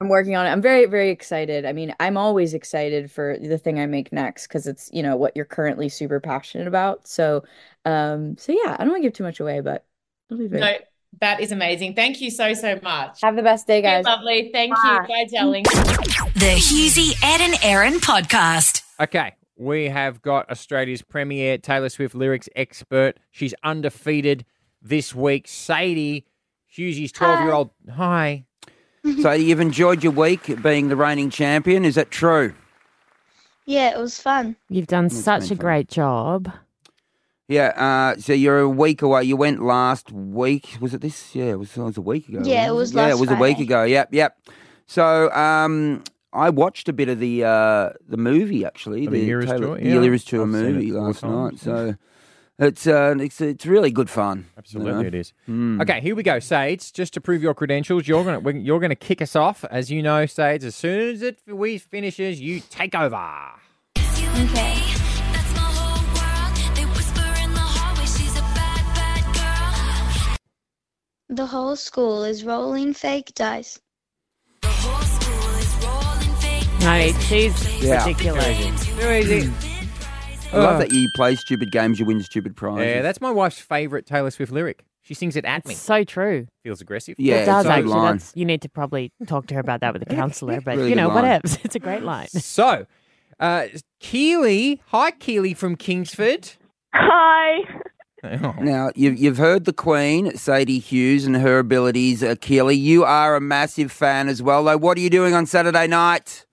Speaker 10: I'm working on it I'm very very excited I mean I'm always excited for the thing I make next because it's you know what you're currently super passionate about so um so yeah I don't want to give too much away but it'll be very
Speaker 11: No, that is amazing. Thank you so, so much.
Speaker 10: have the best day
Speaker 11: You're
Speaker 10: guys
Speaker 11: lovely. Thank you. Bye, darling.
Speaker 1: The Husey, Ed and Aaron podcast.
Speaker 3: Okay, we have got Australia's premier Taylor Swift lyrics expert. She's undefeated this week. Sadie, Hughesy's 12 year old. Hi.
Speaker 4: So you've enjoyed your week being the reigning champion. Is that true?
Speaker 12: Yeah, it was fun.
Speaker 5: You've done such a
Speaker 4: been fun.
Speaker 5: great job.
Speaker 4: Yeah. Uh, so you're a week away. You went last week. Was it this? Yeah, it was, it was a week ago.
Speaker 12: Yeah, it
Speaker 4: wasn't
Speaker 12: was
Speaker 4: Yeah, it
Speaker 12: last
Speaker 4: was a week
Speaker 12: Friday.
Speaker 4: ago. Yep, yep. So um, I watched a bit of the uh, the movie actually.
Speaker 3: The Eras Tour,
Speaker 4: the
Speaker 3: yeah.
Speaker 4: Eras Tour
Speaker 3: I've seen it
Speaker 4: movie
Speaker 3: four
Speaker 4: last night.
Speaker 3: times,
Speaker 4: So it's uh, it's it's really good fun. Hmm.
Speaker 3: Absolutely, it is. Okay, here we go, Sades. Just to prove your credentials, you're gonna we're- you're gonna kick us off, as you know, Sades. As soon as it we finishes, you take over.
Speaker 12: Okay. The whole school is rolling fake dice.
Speaker 5: No, she's
Speaker 4: Yeah.
Speaker 5: ridiculous.
Speaker 3: Too easy.
Speaker 4: I love
Speaker 3: Ugh.
Speaker 4: that you play stupid games, you win stupid prizes.
Speaker 3: Uh, Yeah, that's my wife's favorite Taylor Swift lyric. She sings it at me.
Speaker 5: So true.
Speaker 3: Feels aggressive.
Speaker 4: Yeah,
Speaker 5: it does
Speaker 4: it's a good
Speaker 5: actually.
Speaker 4: line.
Speaker 5: That's, you need to probably talk to her about that with a counselor, but
Speaker 4: Really
Speaker 5: you
Speaker 4: good
Speaker 5: know,
Speaker 4: line.
Speaker 5: whatevs. It's a great line.
Speaker 3: So, uh, Keely, hi Keely from Kingsford.
Speaker 8: Hi.
Speaker 3: oh.
Speaker 4: Now, you've, you've heard the Queen, Sadie Hughes, and her abilities, uh, Keely. You are a massive fan as well, though. What are you doing on Saturday night?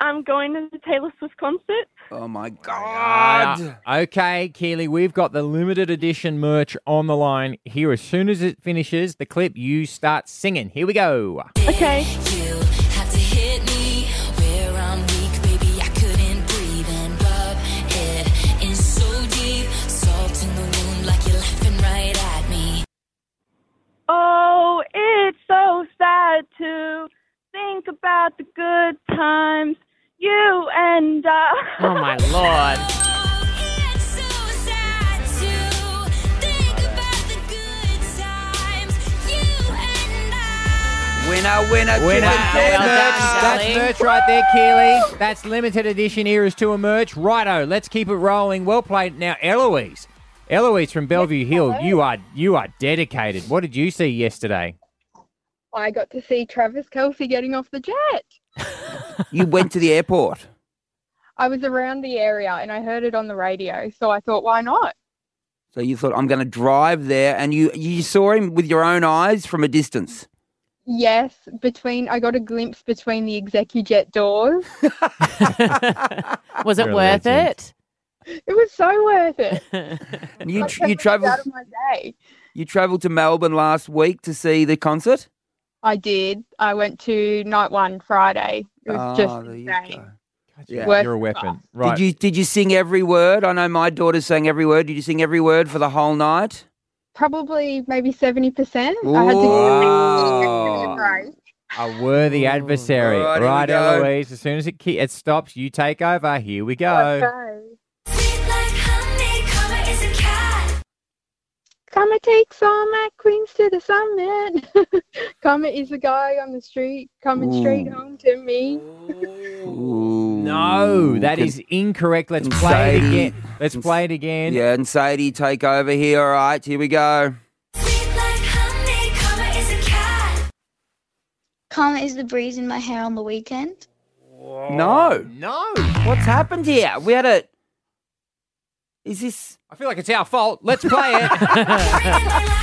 Speaker 8: I'm going to the Taylor Swift concert.
Speaker 4: Oh, my God.
Speaker 3: Uh, Okay, Keely, we've got the limited edition merch on the line here. As soon as it finishes, the clip, you start singing. Here we go.
Speaker 8: Okay. Oh, it's so sad to think about the good times you and I.
Speaker 5: Oh my lord.
Speaker 4: Winner, winner,
Speaker 3: Winner.
Speaker 4: chicken
Speaker 3: Well
Speaker 4: dinner.
Speaker 3: done, That's merch right there, Keely. That's limited edition Eras Tour merch. Righto, let's keep it rolling. Well played. Now, Eloise. Eloise from Bellevue Hill, you are you are dedicated. What did you see yesterday?
Speaker 13: I got to see Travis Kelsey getting off the jet.
Speaker 4: You went to the airport.
Speaker 13: I was around the area and I heard it on the radio, so I thought, why not?
Speaker 4: So you thought, I'm going to drive there. And you, you saw him with your own eyes from a distance.
Speaker 13: Yes, between I got a glimpse between the execujet doors.
Speaker 5: Was it
Speaker 3: You're a
Speaker 5: worth
Speaker 3: legend.
Speaker 5: it?
Speaker 13: It was so worth it.
Speaker 4: And you,
Speaker 13: Like,
Speaker 4: tr- you,
Speaker 13: it was
Speaker 4: traveled,
Speaker 13: out of my day.
Speaker 4: you traveled to Melbourne last week to see the concert?
Speaker 13: I did. I went to night one Friday. It was just
Speaker 4: Ah, there you
Speaker 13: insane.
Speaker 4: Yeah.
Speaker 13: Worth
Speaker 3: You're a weapon. Right.
Speaker 4: Did you did you sing every word? I know my daughter sang every word. Did you sing every word for the whole night?
Speaker 13: probably maybe seventy percent. I had to
Speaker 4: Wow.
Speaker 13: give it a break.
Speaker 3: a worthy adversary.
Speaker 4: All right, here we
Speaker 3: right,
Speaker 4: go.
Speaker 3: Eloise. As soon as it ke- it stops, you take over. Here we go.
Speaker 13: Okay. Comet takes all my queens to the summit. Comet is the guy on the street coming straight
Speaker 3: Ooh.
Speaker 13: home to me.
Speaker 3: No, Oh, that is incorrect. Let's play it again. Let's play it again.
Speaker 4: Yeah, and Sadie, take over here. All right, here we go.
Speaker 12: Calm is the breeze in my hair on the weekend.
Speaker 4: No.
Speaker 3: No.
Speaker 4: What's happened here? We had a. Is this.
Speaker 3: I feel like it's our fault. Let's play it.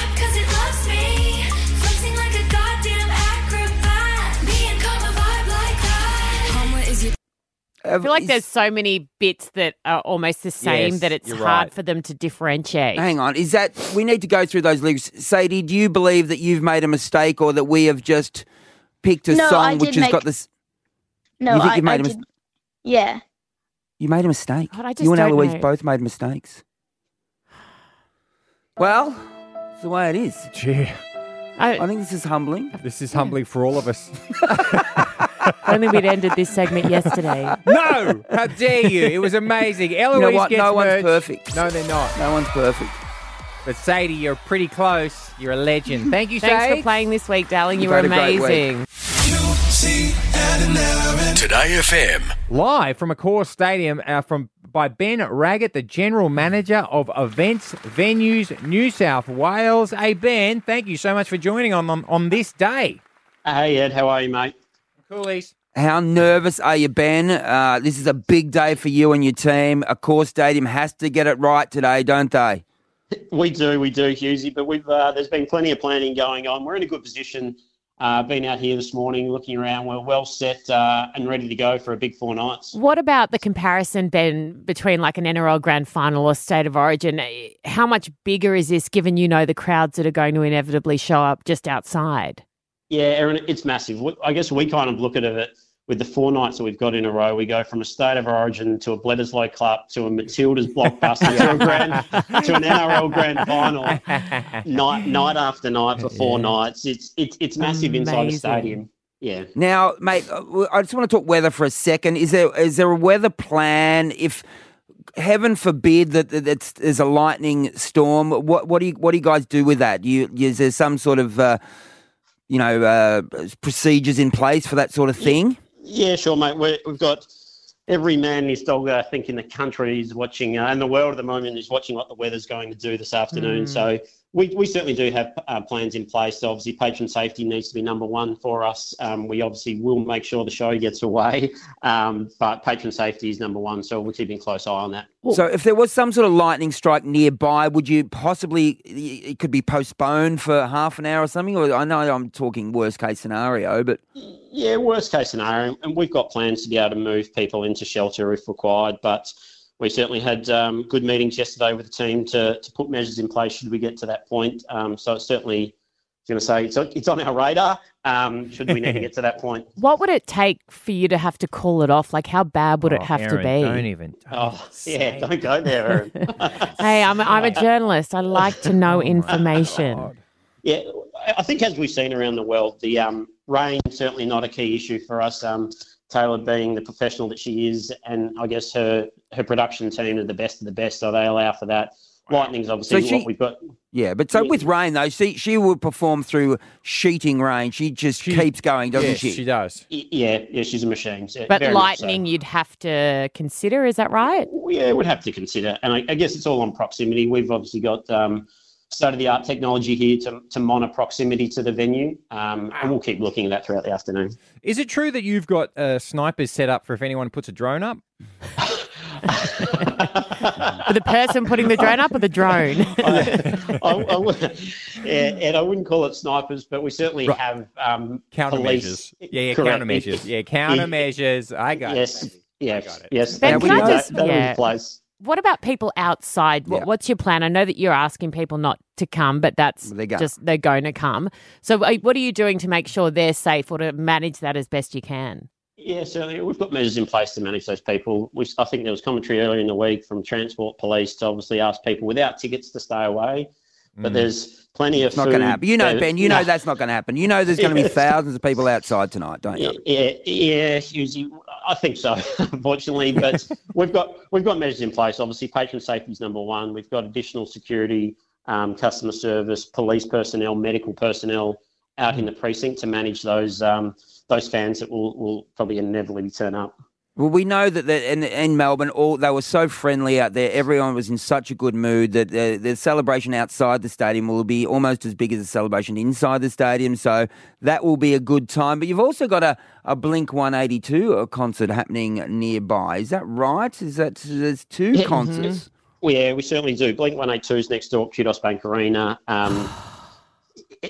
Speaker 5: I feel like there's so many bits that are almost the same
Speaker 4: Yes,
Speaker 5: that it's
Speaker 4: you're
Speaker 5: hard
Speaker 4: right.
Speaker 5: for them to differentiate.
Speaker 4: Hang on. Is that. We need to go through those lyrics. Sadie, do you believe that you've made a mistake or that we have just picked a
Speaker 12: No, I
Speaker 4: song
Speaker 12: did
Speaker 4: which has
Speaker 12: make-
Speaker 4: got this.
Speaker 12: No,
Speaker 4: you think
Speaker 12: I,
Speaker 4: you made
Speaker 12: I
Speaker 4: a mis-
Speaker 12: did. Yeah.
Speaker 4: You made a mistake.
Speaker 12: God, I just
Speaker 4: you and
Speaker 12: don't
Speaker 4: Eloise
Speaker 12: know.
Speaker 4: both made mistakes. Well, it's the way it is.
Speaker 3: Gee.
Speaker 5: I,
Speaker 4: think this is humbling.
Speaker 3: This is humbling for all of us.
Speaker 5: Only we'd ended this segment yesterday.
Speaker 3: no! How dare you? It was amazing. Eloise
Speaker 4: what?
Speaker 3: gets
Speaker 4: No one's
Speaker 3: merch.
Speaker 4: perfect.
Speaker 3: No, they're not.
Speaker 4: No one's perfect.
Speaker 3: But Sadie, you're pretty close. You're a legend. Thank you,
Speaker 5: Thanks
Speaker 3: Sadie.
Speaker 5: for playing this week, darling. You
Speaker 3: You've
Speaker 5: were
Speaker 3: had a great
Speaker 5: amazing.
Speaker 3: week.
Speaker 6: Today FM.
Speaker 3: Live from a core stadium uh, from by Ben Raggett, the General Manager of Events Venues New South Wales. Hey, Ben, thank you so much for joining on on, on this day.
Speaker 14: Hey, Ed, how are you, mate?
Speaker 3: Coolies.
Speaker 4: How nervous are you, Ben? Uh, this is a big day for you and your team. A core stadium has to get it right today, don't they?
Speaker 14: We do, we do, Husey, but we've uh, there's been plenty of planning going on. We're in a good position. Uh, been out here this morning, looking around. We're well set uh, and ready to go for a big four nights.
Speaker 5: What about the comparison, Ben, between like an NRL grand final or state of origin? Eh, How much bigger is this given you know the crowds that are going to inevitably show up just outside?
Speaker 14: Yeah, Aaron, it's massive. We- I guess we kind of look at it with the four nights that we've got in a row. We go from a state of origin to a Bledisloe Cup to a Matilda's blockbuster to a grand to an NRL grand final night night after night for four nights. It's it's it's massive inside a
Speaker 4: Amazing.
Speaker 14: stadion. Yeah.
Speaker 4: Now, mate, uh, w- I just want to talk weather for a second. Is there is there a weather plan? If heaven forbid that that it's, there's a lightning storm, what what do you what do you guys do with that? Do you is there some sort of uh, you know uh, procedures in place for that sort of thing?
Speaker 14: Yeah, sure, mate. We're, we've got every man and his dog, I think, in the country is watching, uh, and the world at the moment is watching what the weather's going to do this afternoon.
Speaker 15: Mm.
Speaker 14: So we, we certainly do have uh, plans in place. Obviously, patron safety needs to be number one for us. Um, we obviously will make sure the show gets away, um, but patron safety is number one. So we're keeping a close eye on that.
Speaker 4: So, if there was some sort of lightning strike nearby, would you possibly it could be postponed for half an hour or something? Or I know I'm talking worst case scenario, but
Speaker 14: Yeah, worst case scenario, and we've got plans to be able to move people into shelter if required. But we certainly had um, good meetings yesterday with the team to, to put measures in place should we get to that point. Um, so it's certainly, I was going to say, it's, it's on our radar. Um, should we need to get to that point?
Speaker 5: What would it take for you to have to call it off? Like, how bad would it have to be?
Speaker 3: Oh, even.
Speaker 14: oh, yeah, don't go there, Aaron.
Speaker 5: Hey, I'm, I'm a journalist. I like to
Speaker 14: Oh
Speaker 5: know information.
Speaker 14: Yeah, I- I think as we've seen around the world, the um, rain certainly not a key issue for us. Um, Taylor, being the professional that she is, and I guess her her production team are the best of the best, so they allow for that. Lightning's obviously
Speaker 4: So she-
Speaker 14: what we've got.
Speaker 4: yeah. But so with rain though, she she would perform through sheeting rain. She just keeps going, doesn't
Speaker 14: yes,
Speaker 4: she?
Speaker 14: she
Speaker 3: does.
Speaker 14: Yeah, yeah, she's a machine. so-
Speaker 5: But
Speaker 14: very much so.
Speaker 5: lightning, you'd have to consider. Is that right?
Speaker 14: yeah, would have to consider. And I, I guess it's all on proximity. We've obviously got um, state of the art technology here to, to monitor proximity to the venue, um, and we'll keep looking at that throughout the afternoon.
Speaker 3: Is it true that you've got uh, snipers set up for if anyone puts a drone up?
Speaker 5: For the person putting the drone up or the drone?
Speaker 14: I, I would- yeah, Ed, I wouldn't call it snipers, but we certainly
Speaker 3: Right.
Speaker 14: have um,
Speaker 3: Countermeasures.
Speaker 14: police-
Speaker 3: Yeah, yeah,
Speaker 14: Correct.
Speaker 3: countermeasures. Yeah, countermeasures. I got
Speaker 14: Yes,
Speaker 3: it.
Speaker 14: Yes,
Speaker 3: got it.
Speaker 14: yes.
Speaker 5: Ben,
Speaker 14: that
Speaker 5: can
Speaker 14: would
Speaker 5: I
Speaker 14: be-
Speaker 5: just-
Speaker 14: that would be
Speaker 5: yeah.
Speaker 14: place.
Speaker 5: What about people outside? What, What's your plan? I know that you're asking people not to come, but that's
Speaker 4: They go.
Speaker 5: just they're going to come. So, uh, what are you doing to make sure they're safe or to manage that as best you can?
Speaker 14: Yeah, certainly. We've got measures in place to manage those people. We, I think there was commentary earlier in the week from transport police to obviously ask people without tickets to stay away. But
Speaker 4: Mm.
Speaker 14: there's plenty of
Speaker 4: It's not going
Speaker 14: food
Speaker 4: to happen. You know,
Speaker 14: that-
Speaker 4: Ben. You know
Speaker 14: No.
Speaker 4: that's not going to happen. You know there's going to be
Speaker 14: Yes.
Speaker 4: thousands of people outside tonight, don't you?
Speaker 14: Yeah, yeah, Susie, I think so, unfortunately. But we've got we've got measures in place. Obviously, patient safety is number one. We've got additional security um, customer service, police personnel, medical personnel out in the precinct to manage those um, those fans that will, will probably inevitably turn up.
Speaker 4: Well, we know that the, in, in Melbourne, all they were so friendly out there. Everyone was in such a good mood that the, the celebration outside the stadium will be almost as big as the celebration inside the stadium. So that will be a good time. But you've also got a, a Blink 182 concert happening nearby. Is that right? Is that there's two
Speaker 5: mm-hmm.
Speaker 4: concerts?
Speaker 14: Well, yeah, we certainly do. Blink 182's next door, Kudos Bank Arena. Um,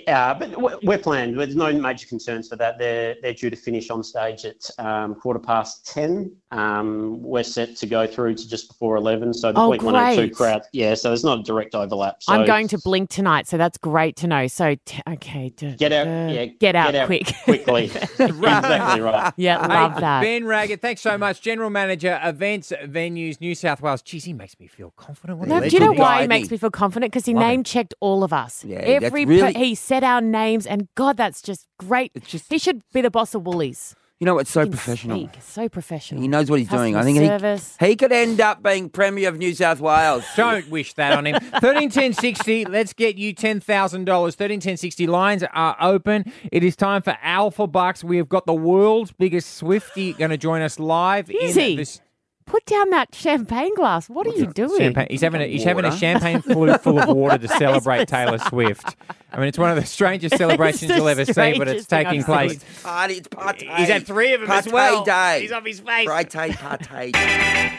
Speaker 14: uh, but w- we're planned. There's no major concerns for that. They're, they're due to finish on stage at um, quarter past 10. Um, we're set to go through to just before 11. So the
Speaker 5: Oh,
Speaker 14: Blink 182
Speaker 5: great.
Speaker 14: crowd. Yeah, so there's not a direct overlap. So
Speaker 5: I'm going to blink tonight, so that's great to know. So t- okay, d-
Speaker 14: Get out,
Speaker 5: d-
Speaker 14: yeah,
Speaker 5: get out quick.
Speaker 14: quickly. exactly right.
Speaker 5: Yeah, love that.
Speaker 3: Ben Raggett, thanks so much. General Manager, Events, Venues, New South Wales. Jeez, he makes me feel confident.
Speaker 5: No, do you know why he makes me feel confident? Because he name checked all of us.
Speaker 3: Yeah, that's
Speaker 5: Every
Speaker 3: really-
Speaker 5: he said our names, and God, that's just great. he should be the boss of Woolies.
Speaker 4: You know, it's so professional.
Speaker 5: Speak. So professional.
Speaker 4: He knows what he's doing. I
Speaker 5: Customer
Speaker 4: think
Speaker 5: service.
Speaker 4: he, he could end up being Premier of New South Wales.
Speaker 3: Don't wish that on him. 13 10 60, let's get you $10,000. 13 10 60 lines are open. It is time for Alpha Bucks. We have got the world's biggest Swifty going to join us live.
Speaker 5: Is
Speaker 3: in
Speaker 5: he?
Speaker 3: This
Speaker 5: Put down that champagne glass. What are you doing?
Speaker 3: champagne. He's having a, he's having a
Speaker 5: Water.
Speaker 3: champagne flute full of water to
Speaker 5: That is
Speaker 3: celebrate Taylor
Speaker 5: bizarre.
Speaker 3: Swift. I mean, it's one of the strangest
Speaker 5: That is
Speaker 3: celebrations
Speaker 5: the
Speaker 3: you'll ever see, but it's
Speaker 5: strangest thing
Speaker 3: taking
Speaker 5: I've
Speaker 3: place.
Speaker 5: seen.
Speaker 4: Party, it's party.
Speaker 3: He's had three of them as
Speaker 4: Partey
Speaker 3: well.
Speaker 4: Day.
Speaker 3: He's off his face.
Speaker 4: Partey, partey.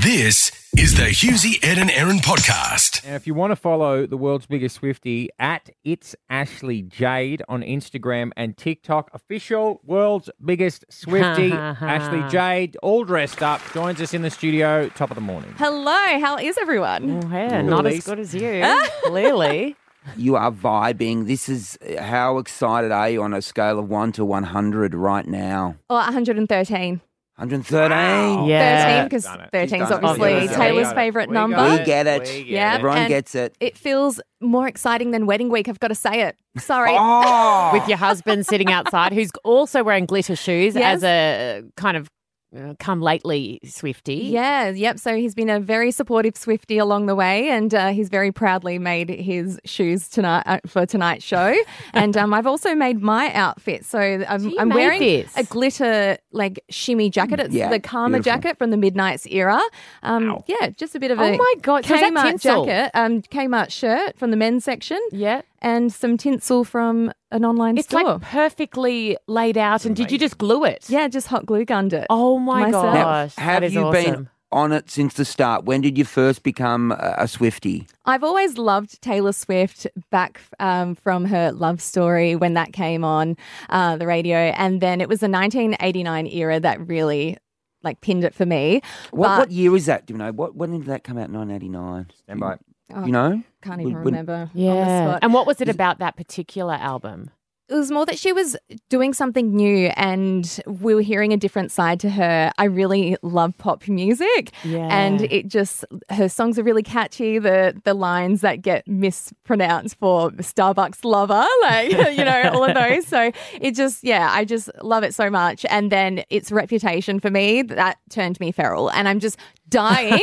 Speaker 6: This is the Husey, Ed and Aaron podcast.
Speaker 3: And if you want to follow the world's biggest Swifty at it's Ashley Jade on Instagram and TikTok, official world's biggest Swifty, Ashley Jade, all dressed up, joins us in the studio, top of the morning.
Speaker 15: Hello, how is everyone?
Speaker 5: Yeah, Oh, not as good as you, clearly.
Speaker 4: You are vibing. This is uh, how excited are you on a scale of one to one hundred right now?
Speaker 15: Or 113.
Speaker 4: One hundred thirteen.
Speaker 15: 13, because 13 is
Speaker 4: She's done it.
Speaker 15: obviously
Speaker 4: She's done it.
Speaker 15: Taylor's
Speaker 4: We got
Speaker 15: favourite number.
Speaker 4: it. We get it. We get
Speaker 15: Yeah,
Speaker 4: it. Everyone
Speaker 15: and
Speaker 4: gets it.
Speaker 15: It feels more exciting than wedding week. I've got to say it. Sorry.
Speaker 4: Oh!
Speaker 15: Oh.
Speaker 5: With your husband sitting outside, who's also wearing glitter shoes
Speaker 15: Yes.
Speaker 5: as a kind of uh, come lately Swifty.
Speaker 15: Yeah, yep. So he's been a very supportive Swifty along the way, and uh, he's very proudly made his shoes tonight uh, for tonight's show. and um, I've also made my outfit. So I'm, I'm
Speaker 5: made
Speaker 15: wearing
Speaker 5: this.
Speaker 15: a glitter like shimmy jacket. It's
Speaker 5: Yeah,
Speaker 15: the Karma
Speaker 5: beautiful.
Speaker 15: jacket from the Midnight's era. Um, yeah, just a bit of
Speaker 5: Oh
Speaker 15: a
Speaker 5: my God, so is that
Speaker 15: Kmart
Speaker 5: tinsel?
Speaker 15: jacket, um, Kmart shirt from the men's section.
Speaker 5: Yeah,
Speaker 15: and some tinsel from an online
Speaker 5: It's
Speaker 15: store.
Speaker 5: like perfectly laid out. And did you just glue it?
Speaker 15: Yeah, just hot glue gunned it.
Speaker 5: Oh my
Speaker 15: myself.
Speaker 4: Now,
Speaker 5: gosh,
Speaker 4: have
Speaker 5: that is
Speaker 4: you been
Speaker 5: awesome.
Speaker 4: on it since the start? When did you first become a, a Swifty?
Speaker 15: I've always loved Taylor Swift back um, from her Love Story when that came on uh, the radio, and then it was the 1989 era that really like pinned it for me.
Speaker 4: What,
Speaker 15: But-
Speaker 4: what year is that? Do you know? What when did that come out? Nineteen eighty nine. Stand by.
Speaker 15: Oh,
Speaker 4: you know?
Speaker 15: Can't even
Speaker 4: When- when-
Speaker 15: remember. on the
Speaker 5: Yeah.
Speaker 15: spot.
Speaker 5: And what was it about that particular album?
Speaker 15: it was more that she was doing something new and we were hearing a different side to her. I really love pop music.
Speaker 5: Yeah.
Speaker 15: And it just her songs are really catchy. The the lines that get mispronounced for Starbucks lover, like you know, all of those. So it just yeah, I just love it so much. And then its reputation for me, that turned me feral. And I'm just dying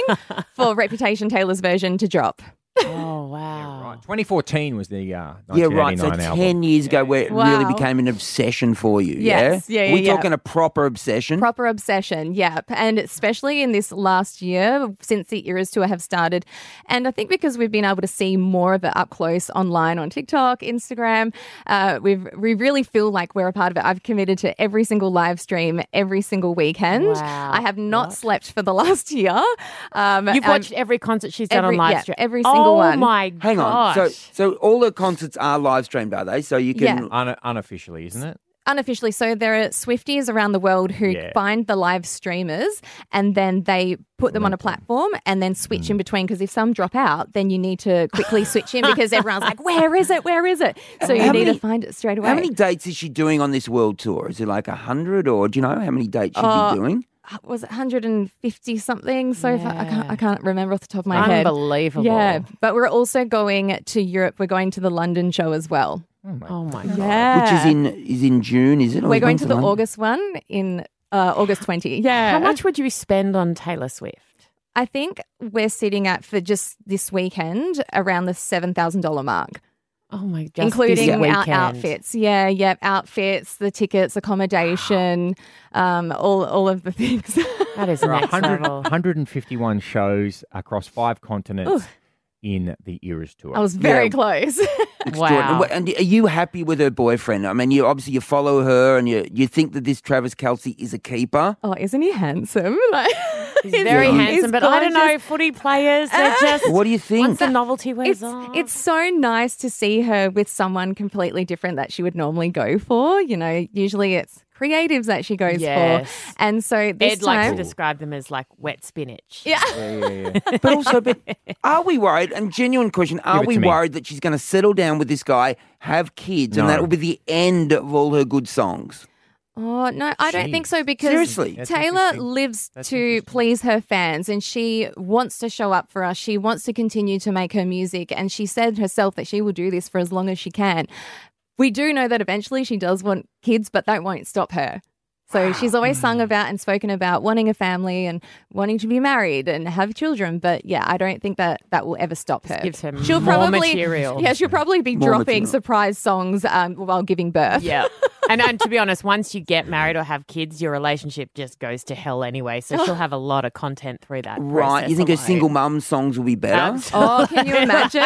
Speaker 15: for Reputation Taylor's version to drop.
Speaker 5: Oh wow!
Speaker 3: Right. 2014 was the uh,
Speaker 4: Yeah, right. So
Speaker 3: 1989 album.
Speaker 4: ten years ago, where it
Speaker 15: Wow.
Speaker 4: really became an obsession for you.
Speaker 15: Yes.
Speaker 4: Yeah.
Speaker 15: Yeah, yeah,
Speaker 4: We're
Speaker 15: yeah.
Speaker 4: talking a proper obsession.
Speaker 15: Proper obsession, yep. And especially in this last year, since the Eras Tour have started. And I think because we've been able to see more of it up close online on TikTok, Instagram, uh, we've, we really feel like we're a part of it. I've committed to every single live stream, every single weekend.
Speaker 5: Wow.
Speaker 15: I have not slept for the last year. Um,
Speaker 5: You've
Speaker 15: I'm-
Speaker 5: watched every concert she's done
Speaker 15: every-
Speaker 5: on live
Speaker 15: yeah,
Speaker 5: stream.
Speaker 15: every single
Speaker 5: one.
Speaker 15: one.
Speaker 5: Oh my
Speaker 4: Hang
Speaker 5: gosh.
Speaker 4: on. So, so all the concerts are live streamed, are they? So you can
Speaker 15: Yeah.
Speaker 3: Un- unofficially, isn't it?
Speaker 15: unofficially so there are swifties around the world who
Speaker 3: Yeah.
Speaker 15: find the live streamers and then they put them on a platform and then switch in between because if some drop out then you need to quickly switch in because everyone's like where is it where is it so you
Speaker 4: How
Speaker 15: need
Speaker 4: many-
Speaker 15: to find it straight away
Speaker 4: How many dates is she doing on this world tour? Is it like a hundred, or do you know how many dates she'd
Speaker 15: Uh,
Speaker 4: be doing?
Speaker 15: was it 150 something so far? I can't I can't remember off the top of my head
Speaker 5: Unbelievable.
Speaker 15: yeah but we're also going to Europe we're going to the London show as well
Speaker 5: Oh my
Speaker 15: God. Yeah.
Speaker 4: Which is in is in June, is it? Or
Speaker 15: we're
Speaker 4: is
Speaker 15: going
Speaker 4: when's
Speaker 15: to the
Speaker 4: one?
Speaker 15: August one in uh, August 20 yeah
Speaker 5: How much would you spend on Taylor Swift?
Speaker 15: I think we're sitting at for just this weekend around the seven thousand dollar mark.
Speaker 5: Oh my god!
Speaker 15: including our outfits. Yeah, yeah, outfits, the tickets, accommodation, um, all all of the things.
Speaker 5: That is
Speaker 3: There are 100, 151 shows across five continents
Speaker 15: Ooh.
Speaker 3: in the Eras tour.
Speaker 15: I was very close.
Speaker 4: Extraordinary. And are you happy with her boyfriend? I mean, you obviously you follow her and you you think that this Travis Kelsey is a keeper.
Speaker 15: Oh, isn't he handsome? Like, he's
Speaker 5: very handsome, but I don't know,
Speaker 15: Footy players,
Speaker 5: they're just-
Speaker 4: What do you think?
Speaker 5: Once the novelty wears
Speaker 15: it's,
Speaker 5: off.
Speaker 15: It's so nice to see her with someone completely different that she would normally go for. You know, usually it's creatives that she goes
Speaker 5: Yes.
Speaker 15: for, and so this
Speaker 5: Ed likes
Speaker 15: time.
Speaker 5: to describe them as like wet spinach.
Speaker 15: Yeah.
Speaker 4: but also, but are we worried? And genuine question: Are
Speaker 5: Give it
Speaker 4: we
Speaker 5: to me.
Speaker 4: worried that she's going to settle down with this guy, have kids, and
Speaker 3: No.
Speaker 4: that will be the end of all her good songs?
Speaker 15: Oh no, I don't think so because
Speaker 4: Seriously? That's
Speaker 15: Taylor lives to please her fans and she wants to show up for us. She wants to continue to make her music and she said herself that she will do this for as long as she can. We do know that eventually she does want kids, but that won't stop her. So she's always
Speaker 5: Hmm.
Speaker 15: sung about and spoken about wanting a family and wanting to be married and have children. But yeah, I don't think that that will ever stop her.
Speaker 5: gives her
Speaker 15: she'll
Speaker 5: more
Speaker 15: probably,
Speaker 5: material.
Speaker 15: Yeah, she'll probably be
Speaker 5: More
Speaker 15: dropping
Speaker 5: material.
Speaker 15: surprise songs um, while giving birth.
Speaker 5: Yeah. And, and to be honest, once you get married or have kids, your relationship just goes to hell anyway. So she'll have a lot of content through that.
Speaker 4: Right? You think her
Speaker 5: process
Speaker 4: single mum songs will be better?
Speaker 5: Abs-
Speaker 15: Oh, can you imagine?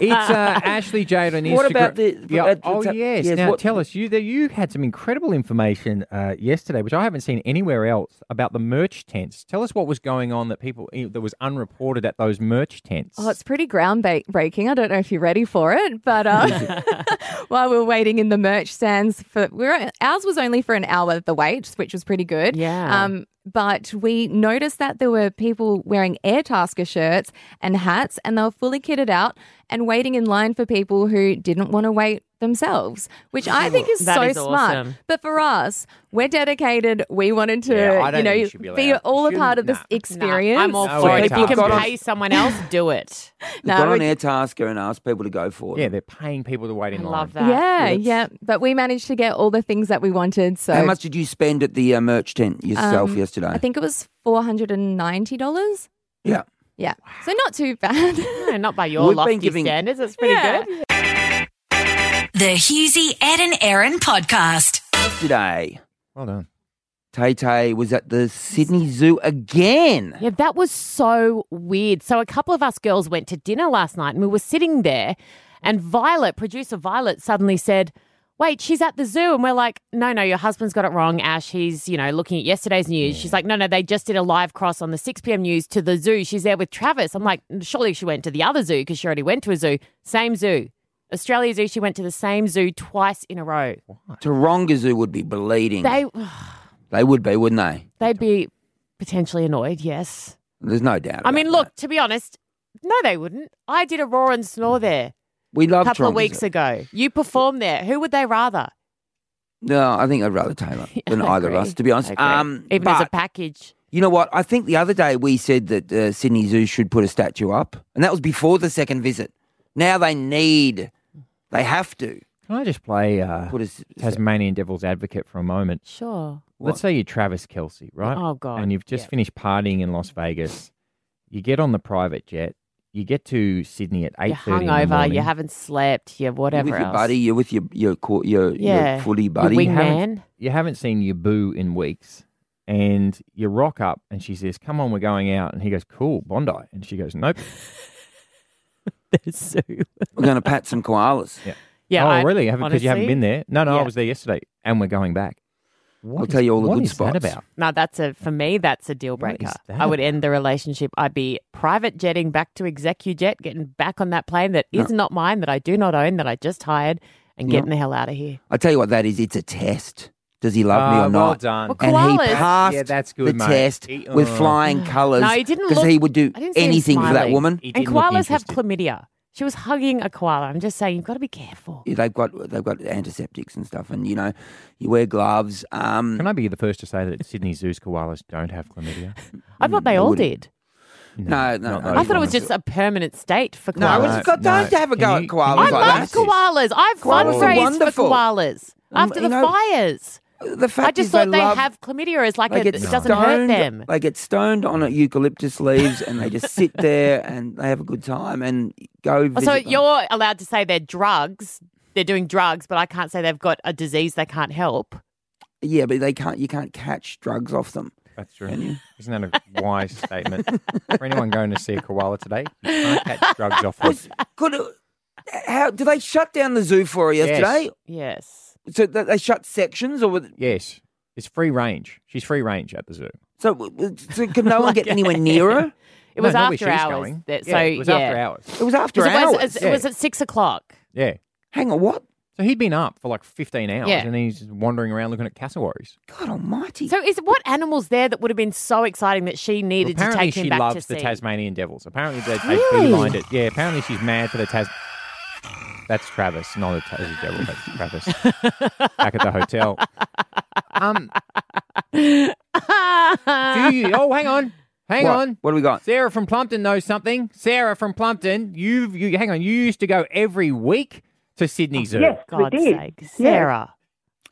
Speaker 3: It's uh, Ashley Jade on Instagram.
Speaker 4: What about the-
Speaker 3: Yeah.
Speaker 4: uh,
Speaker 3: oh
Speaker 4: what's up-
Speaker 3: yes.
Speaker 4: yes,
Speaker 3: Now
Speaker 4: what-
Speaker 3: tell us, you there you had some incredible information uh, yesterday, which I haven't seen anywhere else about the merch tents. Tell us what was going on that people eh, that was unreported at those merch tents.
Speaker 15: Oh, it's pretty groundbreaking. I don't know if you're ready for it, but uh, while we we're waiting in the merch stands, for we were, ours was only for an hour the wait, which was pretty good.
Speaker 5: Yeah.
Speaker 15: Um, but we noticed that there were people wearing Air Tasker shirts and hats, and they were fully kitted out and waiting in line for people who didn't want to wait themselves, which I think is
Speaker 5: That
Speaker 15: so
Speaker 5: is
Speaker 15: smart.
Speaker 5: awesome.
Speaker 15: But for us, we're dedicated. We wanted to,
Speaker 5: Yeah, I don't
Speaker 15: you know,
Speaker 5: think you should be allowed. You
Speaker 15: all a part of this
Speaker 5: Nah,
Speaker 15: experience.
Speaker 5: I'm all
Speaker 4: No,
Speaker 5: for
Speaker 4: it's
Speaker 5: it. If you
Speaker 4: tough. Got
Speaker 5: can
Speaker 4: on-
Speaker 5: pay someone else, do it.
Speaker 4: We've got on Airtasker and asked people to go for it.
Speaker 3: Yeah, they're paying people to wait in line.
Speaker 5: love
Speaker 15: Yeah, yeah. But we managed to get all the things that we wanted. So
Speaker 4: How much did you spend at the uh, merch tent yourself
Speaker 15: um,
Speaker 4: yesterday?
Speaker 15: I think it was four hundred and ninety dollars.
Speaker 4: Yeah.
Speaker 15: Yeah. So not too bad.
Speaker 5: not by
Speaker 4: your We've been lofty giving-
Speaker 5: standards. It's pretty
Speaker 15: good.
Speaker 1: The Husey, Ed and Erin podcast.
Speaker 4: Yesterday.
Speaker 3: Well done.
Speaker 4: Tay Tay was at the Sydney Zoo again.
Speaker 5: Yeah, that was so weird. So a couple of us girls went to dinner last night and we were sitting there and Violet, producer Violet, suddenly said, Wait, she's at the zoo. And we're like, No, no, your husband's got it wrong, Ash. He's, you know, looking at yesterday's news. She's like, No, no, they just did a live cross on the 6 p.m. news to the zoo. She's there with Travis. I'm like, Surely she went to the other zoo because she already went to a zoo. Same zoo. Australia Zoo, she went to the same zoo twice in a row.
Speaker 4: Taronga Zoo would be bleeding.
Speaker 5: They,
Speaker 4: They would be, wouldn't they?
Speaker 5: they'd be potentially annoyed, yes.
Speaker 4: There's no doubt.
Speaker 5: I mean, look, to be honest, no, they wouldn't. I did a roar and snore there
Speaker 4: we
Speaker 5: a
Speaker 4: love
Speaker 5: couple of
Speaker 4: Taronga
Speaker 5: weeks
Speaker 4: Zoo.
Speaker 5: ago. You performed there. Who would they rather?
Speaker 4: No, I think I'd rather Taylor than
Speaker 5: I
Speaker 4: either of us,
Speaker 5: agree.
Speaker 4: to be honest.
Speaker 5: I agree.
Speaker 4: Um,
Speaker 5: Even as a
Speaker 4: but
Speaker 5: package.
Speaker 4: you know what? I think the other day we said that uh, Sydney Zoo should put a statue up, and that was before the second visit. Now they need, they have to.
Speaker 3: Can I just play uh,
Speaker 4: What is-
Speaker 3: Tasmanian Devil's Advocate for a moment?
Speaker 5: Sure.
Speaker 3: Let's say you're Travis Kelsey, right?
Speaker 5: Oh, God.
Speaker 3: And you've just
Speaker 5: Yeah.
Speaker 3: finished partying in Las Vegas. You get on the private jet. You get to Sydney at eight
Speaker 5: You're
Speaker 3: thirty. in the
Speaker 5: hungover.
Speaker 3: morning.
Speaker 5: You haven't slept. You're whatever
Speaker 4: you're with your
Speaker 5: else.
Speaker 4: buddy, you're with your your cour- your,
Speaker 5: Yeah.
Speaker 4: your footy
Speaker 5: Your
Speaker 4: buddy.
Speaker 3: You haven't,
Speaker 5: wingman.
Speaker 3: you haven't seen your boo in weeks, and you rock up, and she says, "Come on, we're going out," and he goes, "Cool, Bondi," and she goes, "Nope."
Speaker 5: so.
Speaker 4: We're going to pat some koalas.
Speaker 3: Yeah.
Speaker 5: Yeah,
Speaker 3: Oh,
Speaker 5: I-
Speaker 3: really? Haven't because you haven't
Speaker 5: honestly,
Speaker 3: been there? No, no, I
Speaker 5: yeah.
Speaker 3: was there yesterday, and we're going back. What
Speaker 4: I'll
Speaker 3: is-
Speaker 4: tell you all the
Speaker 3: what
Speaker 4: good
Speaker 3: is that
Speaker 4: spots.
Speaker 3: about?
Speaker 5: No, that's a for me. That's a deal
Speaker 3: What is
Speaker 5: breaker.
Speaker 3: that
Speaker 5: I would end the relationship. I'd be private jetting back to ExecuJet, getting back on that plane that is
Speaker 4: No.
Speaker 5: not mine, that I do not own, that I just hired, and
Speaker 4: Yeah.
Speaker 5: getting the hell out of here.
Speaker 4: I tell you what, that is. It's a test. Does he love me
Speaker 3: Ah,
Speaker 4: or
Speaker 3: well
Speaker 4: not?
Speaker 3: done. Well,
Speaker 4: and he
Speaker 5: koalas-
Speaker 4: passed
Speaker 3: Yeah, that's good,
Speaker 4: the
Speaker 3: mate.
Speaker 4: test
Speaker 3: He-
Speaker 4: with
Speaker 3: oh.
Speaker 4: flying colours.
Speaker 5: No, he didn't
Speaker 4: Because
Speaker 5: look.
Speaker 4: he would do
Speaker 5: I didn't see him
Speaker 4: anything for that
Speaker 5: smiling.
Speaker 4: woman.
Speaker 5: And koalas have chlamydia. She was hugging a koala. I'm just saying, you've got to be careful.
Speaker 4: Yeah, they've got they've got antiseptics and stuff, and you know, you wear gloves. Um,
Speaker 3: Can I be the first to say that Sydney Zoo's koalas don't have chlamydia?
Speaker 5: I
Speaker 3: Mm,
Speaker 5: thought they
Speaker 4: I
Speaker 5: all
Speaker 4: wouldn't.
Speaker 5: did.
Speaker 4: no, no,
Speaker 3: not
Speaker 4: no,
Speaker 3: those
Speaker 5: I thought it was
Speaker 3: ones.
Speaker 5: just a permanent state for koalas.
Speaker 4: No, it's got,
Speaker 3: No,
Speaker 4: don't have a
Speaker 3: can
Speaker 4: go at
Speaker 3: you-
Speaker 4: koalas
Speaker 5: I
Speaker 4: like
Speaker 5: love
Speaker 4: that.
Speaker 5: koalas. I've
Speaker 4: Koalas are
Speaker 5: fundraised for
Speaker 4: wonderful.
Speaker 5: koalas
Speaker 4: Um,
Speaker 5: after
Speaker 4: you
Speaker 5: the
Speaker 4: know-
Speaker 5: fires.
Speaker 4: the fact
Speaker 5: I just
Speaker 4: is
Speaker 5: thought they
Speaker 4: love,
Speaker 5: have chlamydia as like
Speaker 4: they
Speaker 5: a,
Speaker 4: get
Speaker 5: it
Speaker 4: stoned,
Speaker 5: doesn't hurt them.
Speaker 4: They get stoned on a eucalyptus leaves and they just sit there and they have a good time and go. Visit
Speaker 5: Oh, So
Speaker 4: them.
Speaker 5: you're allowed to say they're drugs. They're doing drugs, but I can't say they've got a disease they can't help.
Speaker 4: Yeah, but they can't. You can't catch drugs off them.
Speaker 3: That's true. Isn't that a wise statement? For anyone going to see a koala today, you can't catch drugs off them.
Speaker 4: Could how did they shut down the zoo for her
Speaker 3: Yes.
Speaker 4: yesterday?
Speaker 5: Yes.
Speaker 4: So th- they shut sections, or were
Speaker 3: Yes. It's free range. She's free range at the zoo.
Speaker 4: so, w- w- so could no one get anywhere near her?
Speaker 5: It was
Speaker 3: No, not where
Speaker 5: after
Speaker 3: she's
Speaker 5: hours.
Speaker 3: going.
Speaker 5: that-
Speaker 3: Yeah,
Speaker 5: so
Speaker 3: it was
Speaker 5: yeah.
Speaker 3: after hours.
Speaker 4: It was after
Speaker 5: 'Cause it was-
Speaker 4: hours.
Speaker 5: it was at six o'clock.
Speaker 3: Yeah.
Speaker 4: Hang on, what?
Speaker 3: So he'd been up for like 15 hours
Speaker 5: Yeah.
Speaker 3: and he's just wandering around looking at cassowaries.
Speaker 5: So is what animals there that would have been so exciting that she needed to
Speaker 3: apparently
Speaker 5: take
Speaker 3: she
Speaker 5: him back to
Speaker 3: loves
Speaker 5: see?
Speaker 3: the Tasmanian devils. Apparently they, they
Speaker 5: Really?
Speaker 3: beelined it. Yeah, apparently she's mad for the Tas. That's Travis, not a Tassie devil. That's Travis. Back at the hotel. Um. Do you, oh, hang on, hang
Speaker 16: What?
Speaker 3: on.
Speaker 4: What do we got?
Speaker 3: Sarah from Plumpton knows something. Sarah from Plumpton, you've you hang on. You used to go every week to Sydney Zoo.
Speaker 5: yes, we God's did. sake, Yes. Sarah.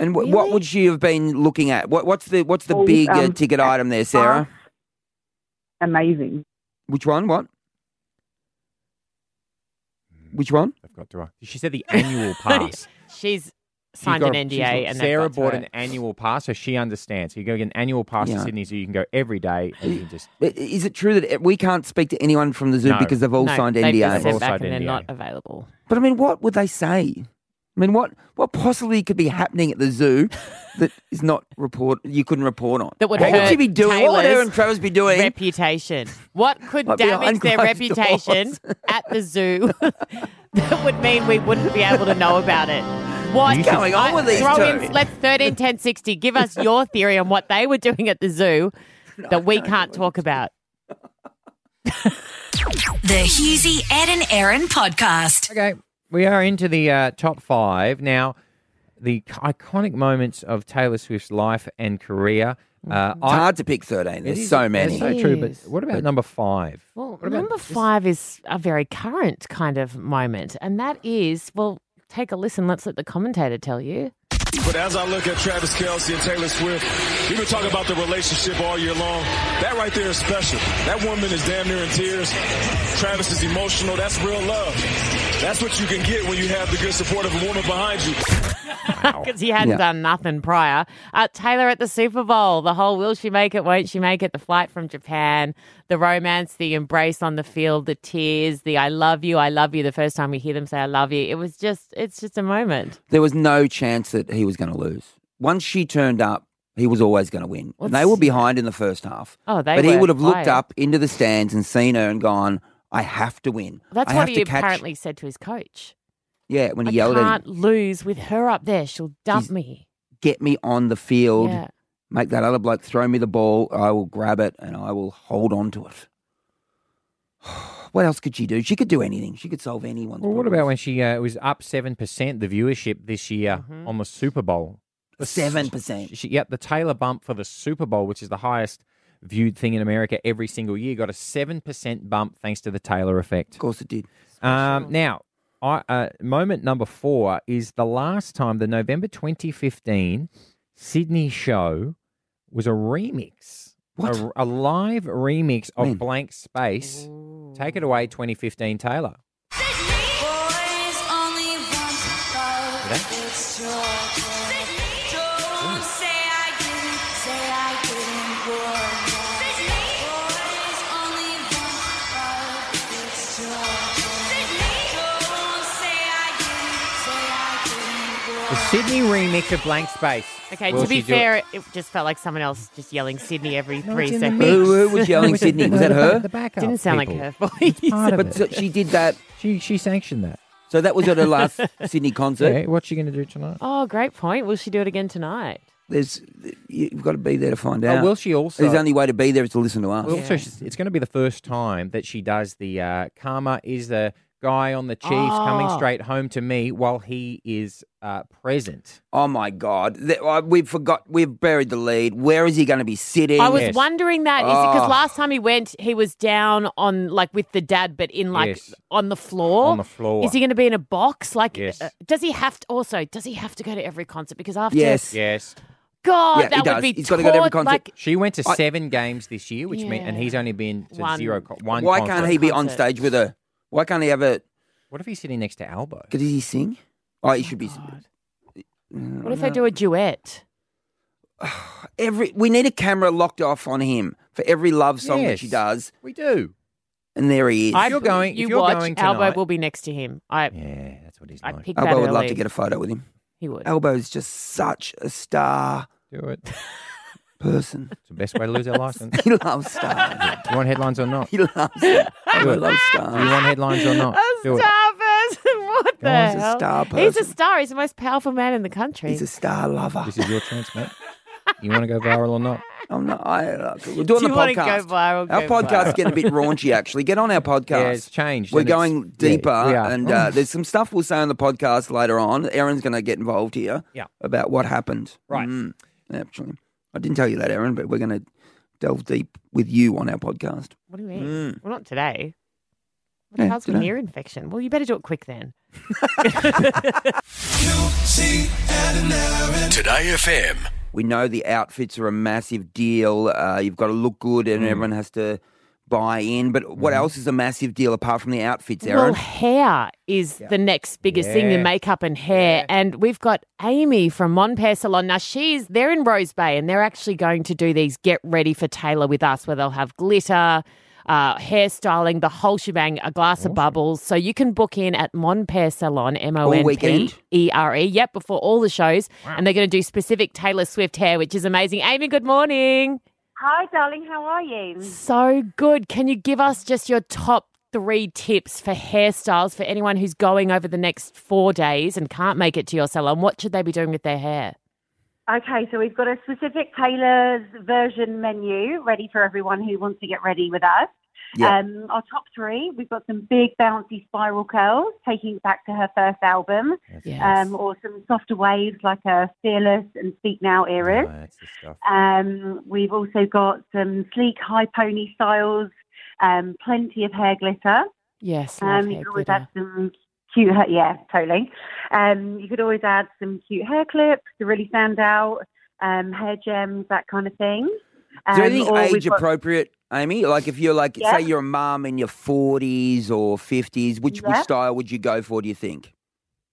Speaker 4: And wh- what would she have been looking at? What, what's the what's the
Speaker 5: Oh,
Speaker 17: Well,
Speaker 4: big uh,
Speaker 17: um,
Speaker 4: ticket item there,
Speaker 5: uh,
Speaker 4: Sarah?
Speaker 17: Amazing.
Speaker 4: Which one? What? Which one?
Speaker 3: Hmm. I've got to. She said the annual pass.
Speaker 5: She's
Speaker 3: She's
Speaker 5: signed
Speaker 3: got a-
Speaker 5: an NDA,
Speaker 3: she's got-
Speaker 5: and they've
Speaker 3: Sarah
Speaker 5: got to
Speaker 3: bought
Speaker 5: her.
Speaker 3: an annual pass, so she understands. You go get an annual pass
Speaker 4: Yeah.
Speaker 3: to Sydney Zoo. You can go every day, and you can just
Speaker 4: I- Is it true that uh, we can't speak to anyone from the zoo
Speaker 3: No.
Speaker 4: because they've all
Speaker 3: No,
Speaker 4: signed
Speaker 3: they've just
Speaker 4: NDAs?
Speaker 3: sent All back signed and they're NDA.
Speaker 5: not available.
Speaker 4: But I mean, what would they say? I mean, what what possibly could be happening at the zoo that is not report you couldn't report on?
Speaker 5: That would
Speaker 4: what would
Speaker 5: hurt
Speaker 4: she be doing? what would
Speaker 5: Taylor's
Speaker 4: Aaron Travers be doing?
Speaker 5: Reputation. What could
Speaker 4: Like
Speaker 5: damage
Speaker 4: behind
Speaker 5: their
Speaker 4: closed
Speaker 5: reputation
Speaker 4: doors.
Speaker 5: at the zoo? that would mean we wouldn't be able to know about it. What's
Speaker 4: You should- going on with these
Speaker 5: throw
Speaker 4: two?
Speaker 5: In, let's 13, 10, 60. Give us your theory on what they were doing at the zoo that we can't talk about.
Speaker 18: The Husey, Ed and Aaron podcast.
Speaker 3: Okay. We are into the uh, top five now. The iconic moments of Taylor Swift's life and career. Uh,
Speaker 4: Mm-hmm. It's hard to pick thirteen. There's so many.
Speaker 3: That's so true. But what about number five?
Speaker 5: Well, number five is a very current kind of moment, and that is, well, take a listen. Let's let the commentator tell you.
Speaker 19: But as I look at Travis Kelsey and Taylor Swift, we've been talking about the relationship all year long. That right there is special. That woman is damn near in tears. Travis is emotional. That's real love. That's what you can get when you have the good support of a woman behind you.
Speaker 5: because he hadn't
Speaker 19: Yeah.
Speaker 5: done nothing prior. Uh, Taylor at the Super Bowl, the whole will she make it, won't she make it, the flight from Japan, the romance, the embrace on the field, the tears, the I love you, I love you, the first time we hear them say I love you. It was just, it's just a moment.
Speaker 4: There was no chance that he was going to lose. Once she turned up, he was always going to win. And they were behind in the first half.
Speaker 5: Oh, they
Speaker 4: but he
Speaker 5: were
Speaker 4: would have looked
Speaker 5: flying.
Speaker 4: up into the stands and seen her and gone, "I have to win.
Speaker 5: That's
Speaker 4: I
Speaker 5: what
Speaker 4: have
Speaker 5: he
Speaker 4: to catch."
Speaker 5: apparently said to his coach.
Speaker 4: Yeah, when he
Speaker 5: I
Speaker 4: yelled at
Speaker 5: can't
Speaker 4: him,
Speaker 5: lose with her up there. She'll dump me.
Speaker 4: "Get me on the field.
Speaker 5: Yeah.
Speaker 4: Make that other bloke throw me the ball. I will grab it and I will hold on to it." What else could she do? She could do anything. She could solve anyone's
Speaker 3: Well, what about when she uh, was up seven percent the viewership this year
Speaker 4: Mm-hmm.
Speaker 3: on the Super Bowl?
Speaker 4: Seven percent.
Speaker 3: Yep, the Taylor bump for the Super Bowl, which is the highest viewed thing in America every single year, got a seven percent bump thanks to the Taylor effect. Of
Speaker 4: course, it did.
Speaker 3: Um, now, I, uh, moment number four is the last time the November 2015 Sydney show was a remix, A, a live remix of Blank Space. Take it away, 2015 Taylor.
Speaker 18: Boys only want to love.
Speaker 3: Today?
Speaker 18: It's your turn. Don't say I didn't, say I didn't want that. Boys only want to love. It's your turn. Don't say I didn't, say I didn't
Speaker 3: The Sydney remix of Blank Space.
Speaker 5: Okay,
Speaker 3: Will
Speaker 5: to be
Speaker 3: she do it?
Speaker 5: fair, it? just felt like someone else just yelling Sydney every three
Speaker 3: it's in the
Speaker 5: seconds.
Speaker 3: mix. Who- who was yelling
Speaker 4: Sydney? Was that her?
Speaker 5: Didn't sound like her voice.
Speaker 4: but so- she did that.
Speaker 3: She she sanctioned that.
Speaker 4: So that was at her last Sydney concert.
Speaker 3: Yeah, what's she going to do tonight?
Speaker 5: Oh, great point. Will she do it again tonight?
Speaker 4: There's you've got to be there to find
Speaker 3: Oh,
Speaker 4: out.
Speaker 3: will she also-
Speaker 4: There's only way to be there is to listen to us.
Speaker 3: Well, also, she's- it's going to be the first time that she does the uh, karma is the guy on the Chiefs coming
Speaker 4: Oh.
Speaker 3: straight home to me while he is uh, present.
Speaker 4: Oh my God! Th- uh, We've forgot. We've buried the lead. Where is he going to be sitting?
Speaker 5: I was wondering that is because
Speaker 3: Ah.
Speaker 4: Oh.
Speaker 5: last time he went, he was down on like with the dad, but in like
Speaker 3: Yes.
Speaker 5: on the floor.
Speaker 3: On the floor.
Speaker 5: Is he going to be in a box? Like,
Speaker 3: Yes.
Speaker 5: uh, does he have to? Also, does he have to go to every concert? Because after
Speaker 3: Yes.
Speaker 5: God,
Speaker 3: Yeah,
Speaker 5: that
Speaker 3: he
Speaker 5: would
Speaker 3: does.
Speaker 5: be
Speaker 3: He's
Speaker 5: got to
Speaker 3: gotta go to every
Speaker 5: every
Speaker 3: concert.
Speaker 5: Like,
Speaker 20: She went to
Speaker 3: I-
Speaker 20: seven games this year, which meant, and
Speaker 5: Yeah.
Speaker 20: he's only been to
Speaker 5: One-
Speaker 20: zero. co- One.
Speaker 4: Why can't he be on
Speaker 20: concert.
Speaker 4: stage with her? Why can't he have a?
Speaker 20: What if he's sitting next to Albo?
Speaker 4: Could he sing? Oh, he should be. Mm,
Speaker 5: what if they do a duet?
Speaker 4: Every we need a camera locked off on him for every love song that she
Speaker 5: Yes.
Speaker 4: does,
Speaker 20: We do.
Speaker 4: and there he is.
Speaker 5: I- you watch, Albo will be next to him. I
Speaker 20: yeah, that's what he's.
Speaker 5: I picked that
Speaker 4: Albo would love
Speaker 5: early.
Speaker 4: to get a photo with him.
Speaker 5: He would.
Speaker 4: Albo's just such a star.
Speaker 20: Do it.
Speaker 4: Person.
Speaker 20: It's the best way to lose our license.
Speaker 4: he loves stars.
Speaker 20: You want headlines or not?
Speaker 4: He loves it.
Speaker 20: Do
Speaker 4: Albo
Speaker 20: it.
Speaker 4: loves
Speaker 20: Do
Speaker 4: stars.
Speaker 20: you want headlines or not?
Speaker 5: A
Speaker 20: Do it.
Speaker 5: star person. What the
Speaker 20: Guys, a
Speaker 5: hell?
Speaker 20: star
Speaker 5: He's a
Speaker 20: person.
Speaker 5: star. He's the most powerful man in the country.
Speaker 4: He's a star lover.
Speaker 20: This is your chance, mate. You want to go viral or not?
Speaker 4: I'm not. I, uh, we're doing
Speaker 5: Do
Speaker 4: the
Speaker 5: you wanna go
Speaker 4: podcast.
Speaker 5: viral?
Speaker 4: our
Speaker 5: Go
Speaker 4: podcast's
Speaker 5: viral.
Speaker 4: getting a bit raunchy, actually. Get on our podcast.
Speaker 20: Yeah, it's changed
Speaker 4: We're
Speaker 20: and it's-
Speaker 4: going
Speaker 20: yeah,
Speaker 4: deeper,
Speaker 20: we are.
Speaker 4: and
Speaker 5: Mm.
Speaker 4: uh, there's some stuff we'll say on the podcast later on. Aaron's going to get involved here.
Speaker 20: Yeah.
Speaker 4: About what happened.
Speaker 20: Right.
Speaker 4: Mm, actually, I didn't tell you that, Aaron, but we're going to delve deep with you on our podcast.
Speaker 5: What do you mean?
Speaker 4: Mm.
Speaker 5: Well, not today. What the
Speaker 4: Yeah,
Speaker 5: hell's with
Speaker 4: today.
Speaker 5: ear infection? Well, you better do it quick then.
Speaker 6: Today FM.
Speaker 4: We know the outfits are a massive deal. Uh, you've got to look good,
Speaker 5: Mm.
Speaker 4: and everyone has to buy in. But what else is a massive deal apart from the outfits, Aaron?
Speaker 5: Mm-hmm. Well, hair is the next biggest thing, the
Speaker 4: Yeah.
Speaker 5: makeup and hair. And we've got Amy from Montpere Salon. Now, she's they're in Rose Bay and they're actually going to do these Get Ready for Taylor with Us where they'll have glitter, uh, hairstyling, the whole shebang, a glass of bubbles. So you can book in at Montpere Salon, M O N P
Speaker 4: weekend?
Speaker 5: E R E. Yep, before all the shows. And they're going to do specific Taylor Swift hair, which is amazing. Amy, good morning.
Speaker 17: Hi, darling. How are you?
Speaker 5: So good. Can you give us just your top three tips for hairstyles for anyone who's going over the next four days and can't make it to your salon? What should they be doing with their hair?
Speaker 17: Okay, so we've got a specific tailor's version menu ready for everyone who wants to get ready with us.
Speaker 18: Yeah.
Speaker 17: Um, our top three, we've got some big bouncy spiral curls, taking it back to her first album, um, or some softer waves like a Fearless and Speak Now eras. Um, we've also got some sleek high pony styles, um, plenty of hair glitter.
Speaker 5: Yes. love
Speaker 17: Um, you
Speaker 5: hair
Speaker 17: could always
Speaker 5: glitter.
Speaker 17: add some cute, hair, yeah, totally. Um, you could always add some cute hair clips to really stand out, um, hair gems, that kind of thing.
Speaker 4: Is there
Speaker 17: Um,
Speaker 4: anything
Speaker 17: or we've
Speaker 4: age
Speaker 17: got-
Speaker 4: appropriate, Amy? Like if you're like,
Speaker 17: Yeah.
Speaker 4: say you're a mum in your forties or fifties, which
Speaker 17: Yeah.
Speaker 4: which style would you go for? Do you think?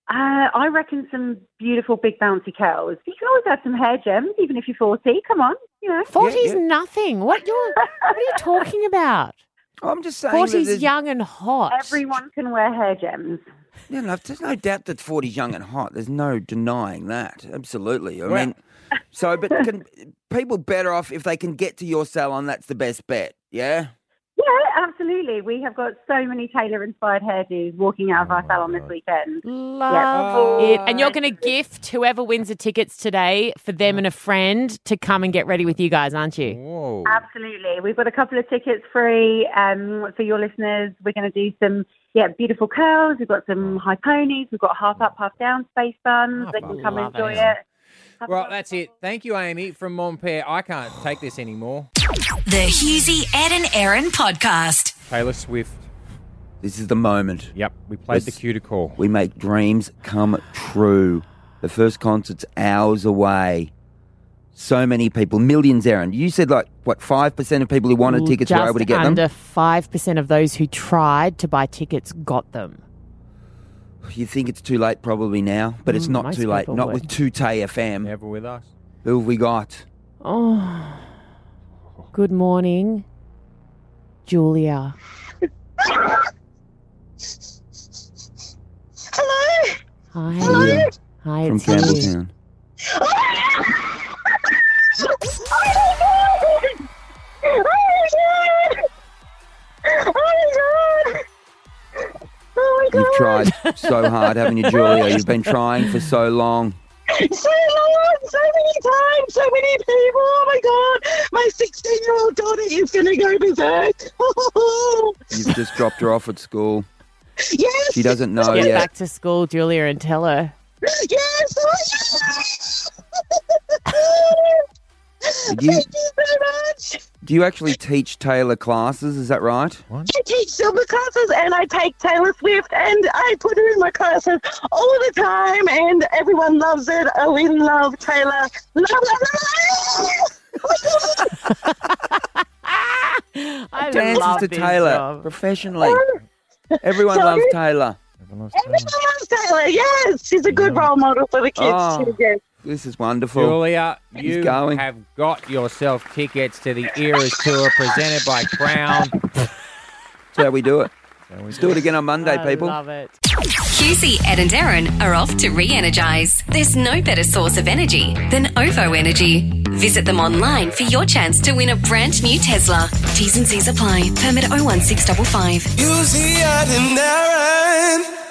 Speaker 17: Uh, I reckon some beautiful big bouncy curls. You can always add some hair gems, even if you're 40. Come on, you know.
Speaker 5: 40 is nothing. What, you're, what are you talking about?
Speaker 4: I'm just saying that
Speaker 5: 40's
Speaker 4: there's-
Speaker 5: young and hot.
Speaker 17: Everyone can wear hair gems.
Speaker 4: Yeah, no, there's no doubt that forties young and hot. There's no denying that. Absolutely. I
Speaker 17: Well-
Speaker 4: mean, so but can people better off if they can get to your salon? That's the best bet. Yeah.
Speaker 17: Yeah, absolutely. We have got so many tailor-inspired hairdos walking out of our salon
Speaker 4: Oh.
Speaker 17: this weekend.
Speaker 5: Love it. And you're going to gift whoever wins the tickets today for them and a friend to come and get ready with you guys, aren't you?
Speaker 20: Whoa.
Speaker 17: Absolutely. We've got a couple of tickets free um, for your listeners. We're going to do some yeah beautiful curls. We've got some high ponies. We've got half up, half down space buns. they can come
Speaker 20: love
Speaker 17: enjoy
Speaker 20: it.
Speaker 17: it.
Speaker 20: Well, that's it. Thank you, Amy from Montpere. I can't take this anymore.
Speaker 1: The Husey, Ed and Aaron podcast.
Speaker 20: Taylor Swift.
Speaker 4: This is the moment.
Speaker 20: Yep, we played the cue to call.
Speaker 4: We make dreams come true. The first concert's hours away. So many people, millions, Aaron. You said like what five percent of people who wanted tickets were
Speaker 5: Just
Speaker 4: able to get
Speaker 5: under
Speaker 4: them.
Speaker 5: 5% of those who tried to buy tickets got them.
Speaker 4: You think it's too late, probably now, but it's
Speaker 5: Mm,
Speaker 4: not
Speaker 5: most
Speaker 4: too late.
Speaker 5: people
Speaker 4: Not
Speaker 5: would.
Speaker 4: with Two Tay FM.
Speaker 20: Never with us.
Speaker 4: Who have we got?
Speaker 5: Oh. Good morning, Julia.
Speaker 18: Hello.
Speaker 5: Hi.
Speaker 18: Hello?
Speaker 5: Hi,
Speaker 4: From
Speaker 5: it's me.
Speaker 4: Campbelltown.
Speaker 5: Oh
Speaker 4: You've tried so hard, haven't you, Julia? You've been trying for so long.
Speaker 18: So long, so many times, so many people. Oh my god, my 16 year old daughter is gonna go berserk.
Speaker 4: You've just dropped her off at school.
Speaker 18: yes,
Speaker 4: She doesn't know
Speaker 5: Get
Speaker 4: yet.
Speaker 5: back to school, Julia, and tell her.
Speaker 18: yes. oh,
Speaker 4: Did you-
Speaker 18: Thank you so much.
Speaker 4: Do you actually teach Taylor classes? Is that right? What?
Speaker 18: I teach Zumba classes and I take Taylor Swift and I put her in my classes all the time and everyone loves it. Oh, we love Taylor. Love, love, love.
Speaker 5: I
Speaker 4: Dances
Speaker 5: love
Speaker 4: to
Speaker 5: this
Speaker 4: Taylor
Speaker 5: job.
Speaker 4: professionally. Everyone loves Taylor.
Speaker 18: Everyone loves Taylor. Yes, she's a good role model for the kids.
Speaker 4: Oh.
Speaker 18: too, yes.
Speaker 4: This is wonderful.
Speaker 3: Julia,
Speaker 4: He's
Speaker 3: you
Speaker 4: going.
Speaker 3: have got yourself tickets to the Eras Tour presented by Crown.
Speaker 4: That's how we do it. Let's do it again on Monday, people.
Speaker 5: it.
Speaker 1: Husey, Ed, and Aaron are off to re energize. There's no better source of energy than OVO Energy. Visit them online for your chance to win a brand new Tesla. T's and C's apply. Permit 01655.
Speaker 21: Husey, Ed, and Aaron.